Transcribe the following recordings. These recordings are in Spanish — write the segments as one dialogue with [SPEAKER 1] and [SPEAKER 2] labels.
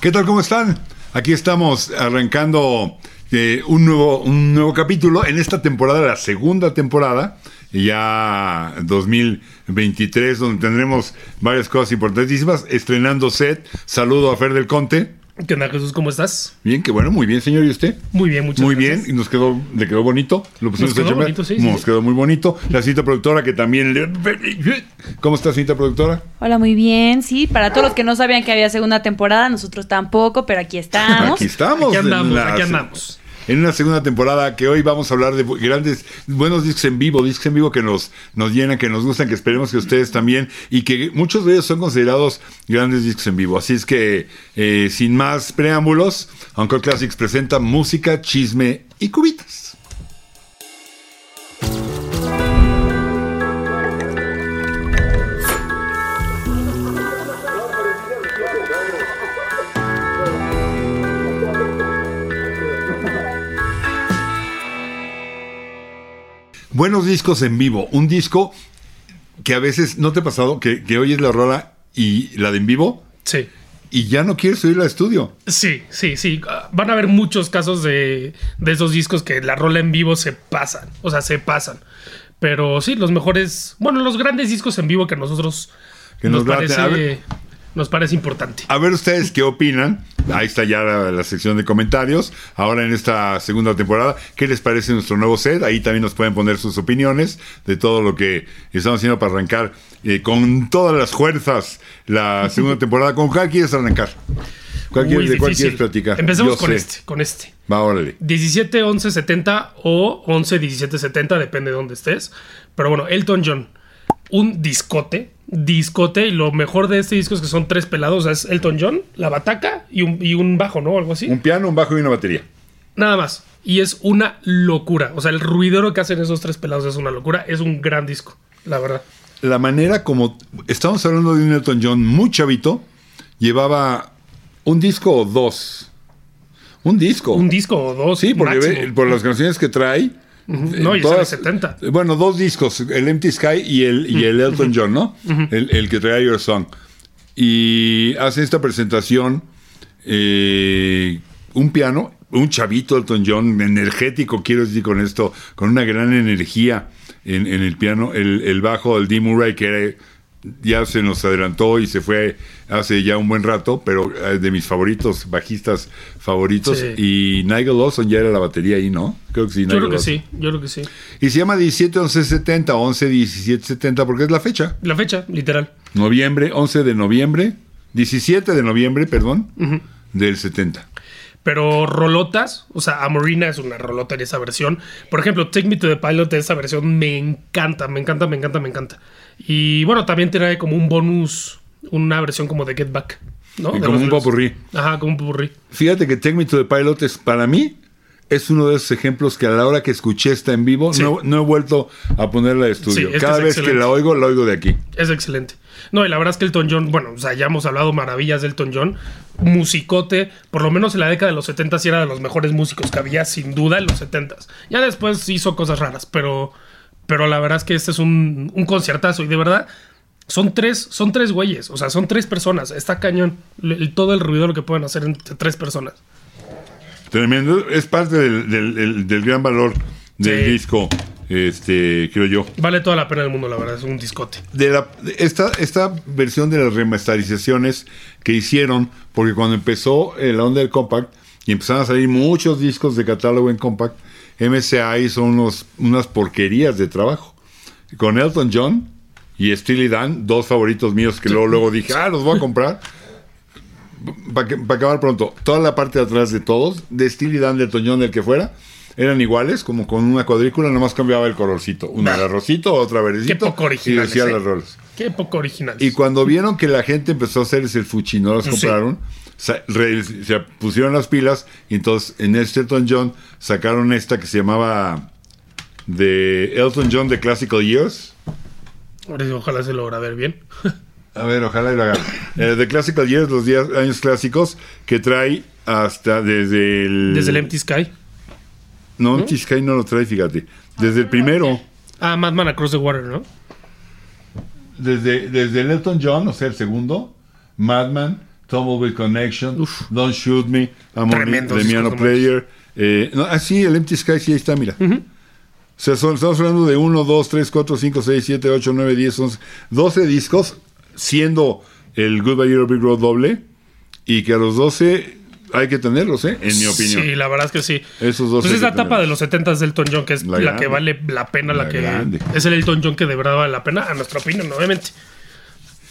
[SPEAKER 1] ¿Qué tal? ¿Cómo están? Aquí estamos arrancando eh, un, nuevo, un nuevo capítulo en esta temporada, la segunda temporada, ya 2023, donde tendremos varias cosas importantísimas, estrenando set. Saludo a Fer del Conte.
[SPEAKER 2] ¿Qué onda, Jesús? ¿Cómo estás?
[SPEAKER 1] Bien, qué bueno, muy bien, señor. ¿Y usted?
[SPEAKER 2] Muy bien, muchas
[SPEAKER 1] Muy
[SPEAKER 2] gracias.
[SPEAKER 1] bien, y nos quedó, le quedó bonito. Lo pusimos
[SPEAKER 2] Nos quedó
[SPEAKER 1] a chambear.
[SPEAKER 2] bonito, sí, sí,
[SPEAKER 1] Nos
[SPEAKER 2] sí.
[SPEAKER 1] quedó muy bonito. La cita productora que también le- ¿Cómo está, cita productora?
[SPEAKER 3] Hola, muy bien. Sí, para todos los que no sabían que había segunda temporada, nosotros tampoco, pero aquí estamos.
[SPEAKER 1] Aquí estamos.
[SPEAKER 2] Aquí andamos,
[SPEAKER 1] en la-
[SPEAKER 2] aquí andamos.
[SPEAKER 1] En una segunda temporada que hoy vamos a hablar de bu- grandes, buenos discos en vivo, discos en vivo que nos, nos llenan, que nos gustan, que esperemos que ustedes también, y que muchos de ellos son considerados grandes discos en vivo. Así es que, eh, sin más preámbulos, Uncle Classics presenta música, chisme y cubitas. Buenos discos en vivo. Un disco que a veces no te ha pasado que, que oyes la rola y la de en vivo
[SPEAKER 2] Sí.
[SPEAKER 1] y ya no quieres oírla de estudio.
[SPEAKER 2] Sí, sí, sí. Ah, Van a haber muchos casos de, de esos discos que la rola en vivo se pasan. O sea, se pasan. Pero sí, los mejores. Bueno, los grandes discos en vivo que a nosotros
[SPEAKER 1] Que nos
[SPEAKER 2] nos,
[SPEAKER 1] late. A ver.
[SPEAKER 2] parece, nos parece importante.
[SPEAKER 1] A ver ustedes qué opinan. Ahí está ya la, la sección de comentarios. Ahora en esta segunda temporada, ¿qué les parece nuestro nuevo set? Ahí también nos pueden poner sus opiniones de todo lo que estamos haciendo para arrancar eh, con todas las fuerzas la segunda temporada. ¿Con cuál quieres arrancar? ¿Cuál
[SPEAKER 2] Uy,
[SPEAKER 1] quieres, ¿De cuál
[SPEAKER 2] difícil.
[SPEAKER 1] quieres platicar?
[SPEAKER 2] Empecemos
[SPEAKER 1] Yo
[SPEAKER 2] con
[SPEAKER 1] sé.
[SPEAKER 2] este, con este.
[SPEAKER 1] Va, órale.
[SPEAKER 2] 17 11 70 o 11 17 70, depende de dónde estés. Pero bueno, Elton John, un discote, discote. Y lo mejor de este disco es que son tres pelados: o sea, es Elton John, la bataca y un, y un bajo, ¿no? Algo así.
[SPEAKER 1] Un piano, un bajo y una batería.
[SPEAKER 2] Nada más. Y es una locura. O sea, el ruidero que hacen esos tres pelados es una locura. Es un gran disco, la verdad.
[SPEAKER 1] la manera como estamos hablando de un Elton John muy chavito, llevaba un disco o dos. Un disco.
[SPEAKER 2] Un disco o dos.
[SPEAKER 1] sí, porque ve-
[SPEAKER 2] máximo.
[SPEAKER 1] por las canciones que trae. eh,
[SPEAKER 2] No, y sale 70.
[SPEAKER 1] Bueno, dos discos, el Empty Sky y el, y el Elton John, ¿no? el, el que trae Your Song. Y hace esta presentación eh, un piano, un chavito Elton John, energético, quiero decir con esto, con una gran energía en, en el piano, el, el bajo del Dee Murray, que era- ya se nos adelantó y se fue hace ya un buen rato, pero eh, de mis favoritos, bajistas favoritos, y Nigel Lawson ya era la batería ahí, ¿no? Creo que sí,
[SPEAKER 2] Yo
[SPEAKER 1] Nigel
[SPEAKER 2] creo que
[SPEAKER 1] Lawson.
[SPEAKER 2] sí, yo creo que sí.
[SPEAKER 1] Y se llama 17-11-70, 11-17-70, porque es la fecha.
[SPEAKER 2] La fecha, literal.
[SPEAKER 1] Noviembre, 11 de noviembre, 17 de noviembre, perdón, del 70.
[SPEAKER 2] Pero rolotas, o sea, Amorina es una rolota en esa versión. Por ejemplo, Take Me to the Pilot de esa versión me encanta, me encanta, me encanta, me encanta. Y bueno, también trae como un bonus, una versión como de Get Back, ¿no?
[SPEAKER 1] Y
[SPEAKER 2] De
[SPEAKER 1] como
[SPEAKER 2] los
[SPEAKER 1] un
[SPEAKER 2] Beatles.
[SPEAKER 1] popurrí.
[SPEAKER 2] Ajá, como un popurrí.
[SPEAKER 1] Fíjate que Take Me to the Pilot es, para mí es uno de esos ejemplos que a la hora que escuché está en vivo,
[SPEAKER 2] Sí.
[SPEAKER 1] no, no he vuelto a ponerla de estudio.
[SPEAKER 2] Sí, es que
[SPEAKER 1] Cada
[SPEAKER 2] es
[SPEAKER 1] vez que
[SPEAKER 2] excelente.
[SPEAKER 1] la oigo, la oigo de aquí.
[SPEAKER 2] Es excelente. No, y la verdad es que Elton John, bueno, o sea, ya hemos hablado maravillas de Elton John. Musicote, por lo menos en la década de los 70 sí era de los mejores músicos que había, sin duda, en los 70 Ya después hizo cosas raras, pero, pero la verdad es que este es un, un conciertazo y de verdad son tres, son tres güeyes, o sea, son tres personas. Está cañón l- el- todo el ruido lo que pueden hacer entre tres personas.
[SPEAKER 1] Tremendo, es parte del, del- del- del gran valor del
[SPEAKER 2] Sí.
[SPEAKER 1] disco, este, creo yo.
[SPEAKER 2] Vale toda la pena del mundo, la verdad, es un discote.
[SPEAKER 1] de la, de esta, esta versión de las remasterizaciones que hicieron, porque cuando empezó eh, la onda del compact y empezaron a salir muchos discos de catálogo en compact, MSA hizo unos, unas porquerías de trabajo. Con Elton John y Steely Dan, dos favoritos míos que luego, luego dije, ah, los voy a comprar. Para acabar pronto, toda la parte de atrás de todos, de Steely Dan, de Elton John, del que fuera, eran iguales, como con una cuadrícula, nomás cambiaba el colorcito. Una era rosito, otra verdecito.
[SPEAKER 2] poco
[SPEAKER 1] y
[SPEAKER 2] originales,
[SPEAKER 1] decía
[SPEAKER 2] ¿eh?
[SPEAKER 1] las rolas.
[SPEAKER 2] Qué poco original.
[SPEAKER 1] Y cuando vieron que la gente empezó a hacerles el fuchi, no las
[SPEAKER 2] Sí.
[SPEAKER 1] compraron, sa- re- se pusieron las pilas y entonces en este Elton John sacaron esta que se llamaba de Elton John de Classical Years.
[SPEAKER 2] Ahora sí, Ojalá se logra ver bien.
[SPEAKER 1] A ver, ojalá y lo hagan. Eh, de Classical Years, los días, años clásicos, que trae hasta desde el...
[SPEAKER 2] Desde el Empty Sky.
[SPEAKER 1] No, Empty Sky no lo trae, fíjate. Desde el primero,
[SPEAKER 2] Ah, Madman Across the Water, ¿no?
[SPEAKER 1] desde, desde el Elton John, o sea, el segundo, Madman, Tumbleweed Connection, Don't Shoot Me, I'm Only
[SPEAKER 2] Tremendos
[SPEAKER 1] the Piano
[SPEAKER 2] discos, no
[SPEAKER 1] Player. Eh, no, ah, sí, el Empty Sky, sí, ahí está, mira. O sea, son- estamos hablando de 1, 2, 3, 4, 5, 6, 7, 8, 9, 10, 11, 12 discos, siendo el Goodbye Little Big Road doble, y que a los 12 hay que tenerlos, ¿eh? En mi opinión.
[SPEAKER 2] Sí, la verdad es que sí.
[SPEAKER 1] Esos dos hay
[SPEAKER 2] Pues es
[SPEAKER 1] que
[SPEAKER 2] la etapa
[SPEAKER 1] tenerlos.
[SPEAKER 2] de los 70 del Elton John, que es
[SPEAKER 1] La
[SPEAKER 2] la,
[SPEAKER 1] grande.
[SPEAKER 2] que vale la pena, la,
[SPEAKER 1] La
[SPEAKER 2] que
[SPEAKER 1] grande.
[SPEAKER 2] es el Elton John que de verdad vale la pena, a nuestra opinión, obviamente.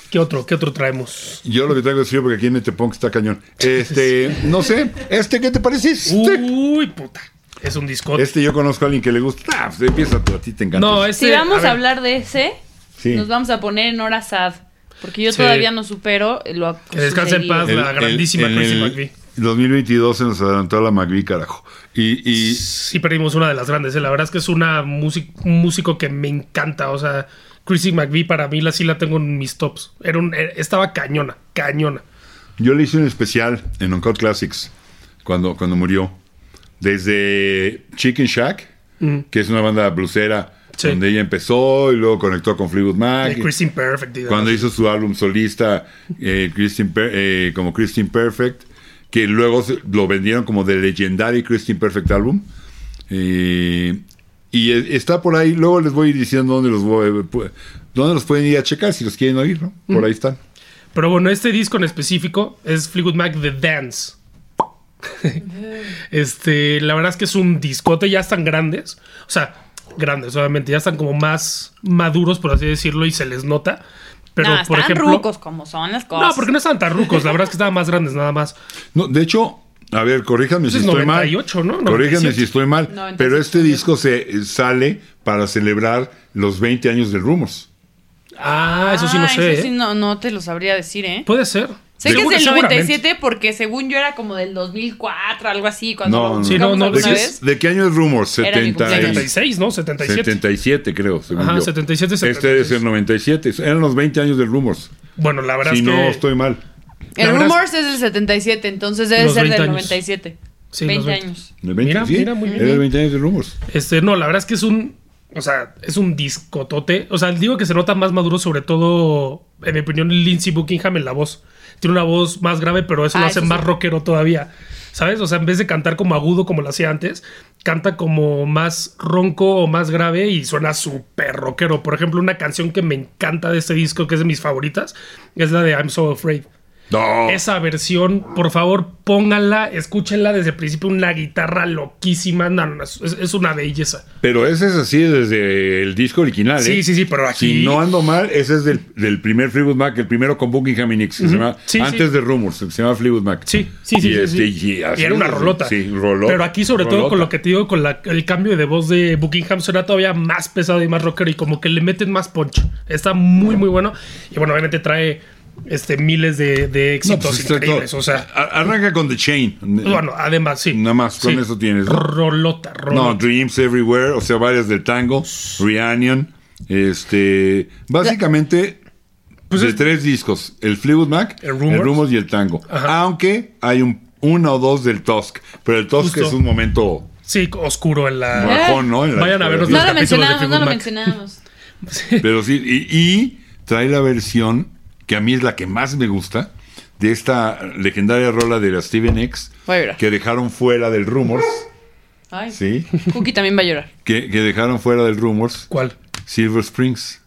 [SPEAKER 2] ¿Qué otro? ¿Qué otro traemos?
[SPEAKER 1] Yo lo que traigo es frío porque aquí en este punk está cañón. Este, no sé, ¿este qué te parece? Este.
[SPEAKER 2] Uy, puta. Es un disco.
[SPEAKER 1] Este yo conozco a alguien que le gusta. Ah, pues empieza tú, a ti te encanta.
[SPEAKER 2] no,
[SPEAKER 3] Si
[SPEAKER 2] este,
[SPEAKER 3] vamos a,
[SPEAKER 2] ver,
[SPEAKER 3] hablar de ese,
[SPEAKER 1] Sí.
[SPEAKER 3] nos vamos a poner en hora sad. Porque yo
[SPEAKER 2] Sí.
[SPEAKER 3] todavía no supero lo
[SPEAKER 2] Que descanse en
[SPEAKER 3] sucedido.
[SPEAKER 2] paz. la grandísima Chrissy McVie.
[SPEAKER 1] 2022 se nos adelantó la McVie, carajo. Y, y
[SPEAKER 2] Sí perdimos una de las grandes. eh. La verdad es que es una músic- un músico que me encanta. O sea, Chrissy McVie para mí la sí la tengo en mis tops. Era un- eh, estaba cañona, cañona.
[SPEAKER 1] yo le hice un especial en Uncut Classics cuando, cuando murió. Desde Chicken Shack, que es una banda blusera
[SPEAKER 2] Sí.
[SPEAKER 1] donde ella empezó y luego conectó con Fleetwood Mac.
[SPEAKER 2] De Chrissy Perfect. digamos.
[SPEAKER 1] cuando hizo su álbum solista eh, Christine Per- eh, como Christine Perfect, que luego se- lo vendieron como The Legendary Christine Perfect Album. Eh, y eh, está por ahí, luego les voy a ir diciendo dónde los, voy- pu- dónde los pueden ir a checar si los quieren oír, ¿no? Por
[SPEAKER 2] Mm.
[SPEAKER 1] ahí están.
[SPEAKER 2] Pero bueno, este disco en específico es Fleetwood Mac The Dance. este, la verdad es que es un discote, ya están grandes. O sea, grandes, obviamente, ya están como más maduros, por así decirlo, y se les nota. Pero,
[SPEAKER 3] Nah,
[SPEAKER 2] por
[SPEAKER 3] están
[SPEAKER 2] ejemplo.
[SPEAKER 3] rucos como son las cosas.
[SPEAKER 2] No, porque no estaban tan rucos, la verdad es que estaban más grandes nada más.
[SPEAKER 1] No, de hecho, a ver, corríjanme si
[SPEAKER 2] Es
[SPEAKER 1] estoy
[SPEAKER 2] 98,
[SPEAKER 1] mal.
[SPEAKER 2] ¿no?
[SPEAKER 1] Corríjanme
[SPEAKER 2] 97.
[SPEAKER 1] si estoy mal.
[SPEAKER 3] 97.
[SPEAKER 1] Pero este disco se eh, sale para celebrar los 20 años del Rumors.
[SPEAKER 2] Ah, eso sí no
[SPEAKER 3] Ah,
[SPEAKER 2] sé.
[SPEAKER 3] eso sí
[SPEAKER 2] ¿eh?
[SPEAKER 3] no, no te lo sabría decir, ¿eh?
[SPEAKER 2] Puede ser.
[SPEAKER 3] Sé que es
[SPEAKER 2] Seguro-
[SPEAKER 3] del
[SPEAKER 2] seguramente.
[SPEAKER 3] 97 porque según yo era como del 2004, algo así, cuando
[SPEAKER 1] No,
[SPEAKER 3] lo
[SPEAKER 1] no, no.
[SPEAKER 3] buscamos
[SPEAKER 2] Sí, no, no,
[SPEAKER 3] alguna
[SPEAKER 1] ¿De
[SPEAKER 2] pues
[SPEAKER 1] qué,
[SPEAKER 3] vez.
[SPEAKER 2] es-
[SPEAKER 1] de qué año es Rumors?
[SPEAKER 3] Era mi
[SPEAKER 1] 70 y-
[SPEAKER 3] cumpleaños.
[SPEAKER 2] 76, ¿no? 77.
[SPEAKER 1] 77, creo, según
[SPEAKER 2] Ajá,
[SPEAKER 1] yo.
[SPEAKER 2] 77,
[SPEAKER 1] Este debe ser 97. Eran los 20 años del Rumors.
[SPEAKER 2] Bueno, la verdad
[SPEAKER 1] Si
[SPEAKER 2] es que.
[SPEAKER 1] no estoy mal.
[SPEAKER 3] El
[SPEAKER 2] La verdad es-
[SPEAKER 3] Rumors es del 77, entonces debe
[SPEAKER 2] Los
[SPEAKER 3] ser
[SPEAKER 2] 20
[SPEAKER 3] del
[SPEAKER 2] años.
[SPEAKER 3] 97.
[SPEAKER 2] Sí, los
[SPEAKER 3] 20,
[SPEAKER 2] 20.
[SPEAKER 3] años.
[SPEAKER 1] De 20,
[SPEAKER 2] Mira,
[SPEAKER 1] sí,
[SPEAKER 2] mira, muy bien.
[SPEAKER 1] Era de 20 años del Rumors.
[SPEAKER 2] Este, no, la verdad es que es un. O sea, es un discotote. O sea, digo que se nota más maduro, sobre todo, en mi opinión, Lindsey Buckingham en la voz. Tiene una voz más grave, pero eso
[SPEAKER 3] Ah,
[SPEAKER 2] lo hace
[SPEAKER 3] eso sí.
[SPEAKER 2] más rockero todavía. ¿Sabes? O sea, en vez de cantar como agudo como lo hacía antes, canta como más ronco o más grave y suena súper rockero. Por ejemplo, una canción que me encanta de este disco, que es de mis favoritas, es la de I'm So Afraid.
[SPEAKER 1] No.
[SPEAKER 2] Esa versión, por favor, pónganla, escúchenla desde el principio. Una guitarra loquísima. No, no, no, es, es una belleza.
[SPEAKER 1] Pero ese es así desde el disco original. ¿eh?
[SPEAKER 2] Sí, sí, sí, pero aquí.
[SPEAKER 1] Si no ando mal, ese es del, del primer Fleetwood Mac, el primero con Buckingham y Nix, que se llama-
[SPEAKER 2] Sí, sí.
[SPEAKER 1] antes de Rumors, que se llama Fleetwood Mac.
[SPEAKER 2] Sí, sí, sí.
[SPEAKER 1] Y
[SPEAKER 2] sí,
[SPEAKER 1] este,
[SPEAKER 2] sí.
[SPEAKER 1] y así
[SPEAKER 2] Y era una
[SPEAKER 1] es,
[SPEAKER 2] rolota.
[SPEAKER 1] Sí, rolota.
[SPEAKER 2] Pero aquí, sobre todo, con lo que te digo, con la- el cambio de voz de Buckingham, suena todavía más pesado y más rockero. Y como que le meten más punch. Está muy, muy bueno. Y bueno, obviamente trae este, miles de, de
[SPEAKER 1] No,
[SPEAKER 2] éxitos
[SPEAKER 1] pues, está
[SPEAKER 2] increíbles.
[SPEAKER 1] todo.
[SPEAKER 2] O sea,
[SPEAKER 1] A- Arranca con The Chain.
[SPEAKER 2] bueno, además, sí.
[SPEAKER 1] Nada más, con
[SPEAKER 2] Sí.
[SPEAKER 1] eso tienes. ¿no?
[SPEAKER 2] Rolota, rolota.
[SPEAKER 1] No, Dreams Everywhere, o sea, varias del tango, Reunion, este, básicamente
[SPEAKER 2] Pues
[SPEAKER 1] de
[SPEAKER 2] es-
[SPEAKER 1] tres discos, el Fleetwood Mac,
[SPEAKER 2] El
[SPEAKER 1] el
[SPEAKER 2] Rumours.
[SPEAKER 1] Rumors, y el tango.
[SPEAKER 2] Ajá.
[SPEAKER 1] Aunque hay un uno o dos del Tusk, pero el Tusk
[SPEAKER 2] Justo.
[SPEAKER 1] es un momento
[SPEAKER 2] Sí, oscuro en la.
[SPEAKER 1] bajón, ¿no? En la-
[SPEAKER 2] Vayan a vernos
[SPEAKER 3] No
[SPEAKER 2] Los
[SPEAKER 3] lo
[SPEAKER 2] capítulos de
[SPEAKER 3] mencionamos, no
[SPEAKER 2] Fleetwood
[SPEAKER 3] lo
[SPEAKER 2] Mac.
[SPEAKER 3] mencionamos.
[SPEAKER 1] Pero sí, y, y trae la versión que a mí es la que más me gusta de esta legendaria rola de la Steven X
[SPEAKER 3] Voy a llorar.
[SPEAKER 1] que dejaron fuera del Rumors,
[SPEAKER 3] Ay,
[SPEAKER 1] sí,
[SPEAKER 3] Cookie también va a llorar.
[SPEAKER 1] que, que dejaron fuera del Rumors,
[SPEAKER 2] ¿Cuál?
[SPEAKER 1] Silver Springs.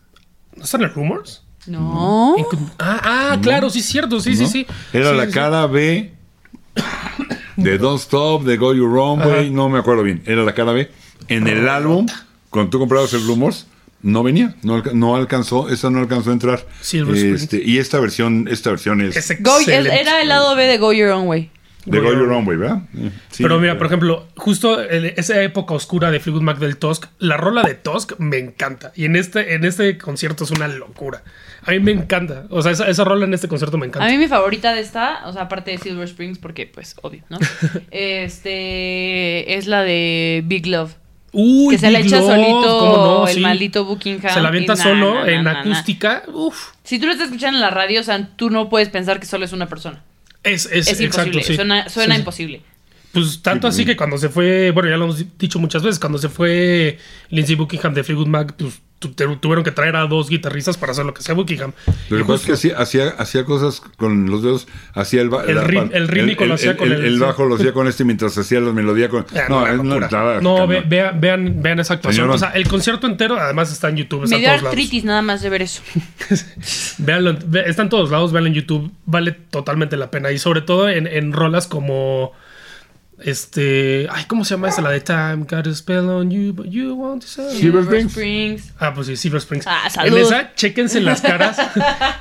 [SPEAKER 2] ¿No están en Rumors?
[SPEAKER 3] No.
[SPEAKER 2] Ah, ah, claro, sí, es cierto, sí, sí,
[SPEAKER 1] ¿no?
[SPEAKER 2] sí.
[SPEAKER 1] Era
[SPEAKER 2] Sí,
[SPEAKER 1] la
[SPEAKER 2] sí,
[SPEAKER 1] cara B de Don't Stop, de Go Your Wrong Way,
[SPEAKER 2] Ajá.
[SPEAKER 1] no me acuerdo bien. Era la cara B. En el álbum, cuando tú comprabas el Rumors, no venía, no, alca- no alcanzó, esa no alcanzó a entrar.
[SPEAKER 2] Silver Springs.
[SPEAKER 1] Este, y esta versión, esta versión es,
[SPEAKER 2] sí. Es
[SPEAKER 3] Go- el-
[SPEAKER 2] excelente.
[SPEAKER 3] era el lado B de Go Your Own Way.
[SPEAKER 1] de
[SPEAKER 2] Go
[SPEAKER 1] Go
[SPEAKER 2] Your
[SPEAKER 1] Your Wrong Way, ¿verdad? Sí,
[SPEAKER 2] Pero mira, por ejemplo, justo en esa época oscura de Fleetwood Mac del Tusk, la rola de Tusk me encanta. Y en este, en este concierto es una locura. A mí me encanta. O sea, esa, esa rola en este concierto me
[SPEAKER 3] A
[SPEAKER 2] encanta.
[SPEAKER 3] mí mi favorita de esta, o sea, aparte de Silver Springs, porque pues obvio, ¿no? Este es la de Big Love.
[SPEAKER 2] Uy,
[SPEAKER 3] que se la
[SPEAKER 2] Big
[SPEAKER 3] echa
[SPEAKER 2] Love,
[SPEAKER 3] solito
[SPEAKER 2] cómo no,
[SPEAKER 3] el
[SPEAKER 2] sí.
[SPEAKER 3] maldito Buckingham.
[SPEAKER 2] Se la avienta
[SPEAKER 3] y na,
[SPEAKER 2] solo
[SPEAKER 3] na, na,
[SPEAKER 2] en
[SPEAKER 3] na, na.
[SPEAKER 2] acústica. Uf,
[SPEAKER 3] Si tú lo estás escuchando en la radio, o sea, tú no puedes pensar que solo es una persona.
[SPEAKER 2] es, es,
[SPEAKER 3] Es
[SPEAKER 2] exacto,
[SPEAKER 3] imposible,
[SPEAKER 2] sí.
[SPEAKER 3] suena, suena
[SPEAKER 2] Sí, sí.
[SPEAKER 3] imposible.
[SPEAKER 2] Pues tanto así que cuando se fue, bueno, ya lo hemos dicho muchas veces, cuando se fue Lindsey Buckingham de Fleetwood Mac, pues tu- te- tuvieron que traer a dos guitarristas para hacer lo que sea Buckingham.
[SPEAKER 1] Lo
[SPEAKER 2] Y
[SPEAKER 1] que pasa es
[SPEAKER 2] justo-
[SPEAKER 1] que hacía, hacía, hacía cosas con los dedos, hacía el ba-
[SPEAKER 2] El
[SPEAKER 1] la-
[SPEAKER 2] rim- el rítmico lo hacía con
[SPEAKER 1] el,
[SPEAKER 2] el-
[SPEAKER 1] el bajo lo hacía con este mientras hacía la melodía con.
[SPEAKER 2] Ah,
[SPEAKER 1] no,
[SPEAKER 2] no,
[SPEAKER 1] es
[SPEAKER 2] una
[SPEAKER 1] una
[SPEAKER 2] locura.
[SPEAKER 1] estaba-
[SPEAKER 2] No, ve-
[SPEAKER 1] cabrón.
[SPEAKER 2] vea- vean, vean esa actuación.
[SPEAKER 1] Señor.
[SPEAKER 2] O sea, el concierto entero, además está en YouTube. Está
[SPEAKER 3] Me
[SPEAKER 2] en
[SPEAKER 3] dio
[SPEAKER 2] todos lados.
[SPEAKER 3] artritis nada más de ver eso.
[SPEAKER 2] Véanlo, ve- está en todos lados, véanlo en YouTube, vale totalmente la pena. Y sobre todo en, en rolas como. Este. Ay, ¿cómo se llama esa? La de Time Got a Spell on You, but you want to say.
[SPEAKER 1] Silver Springs.
[SPEAKER 3] Springs.
[SPEAKER 2] Ah, pues sí, Silver Springs.
[SPEAKER 3] Ah,
[SPEAKER 2] En
[SPEAKER 3] salud.
[SPEAKER 2] esa, chéquense las caras.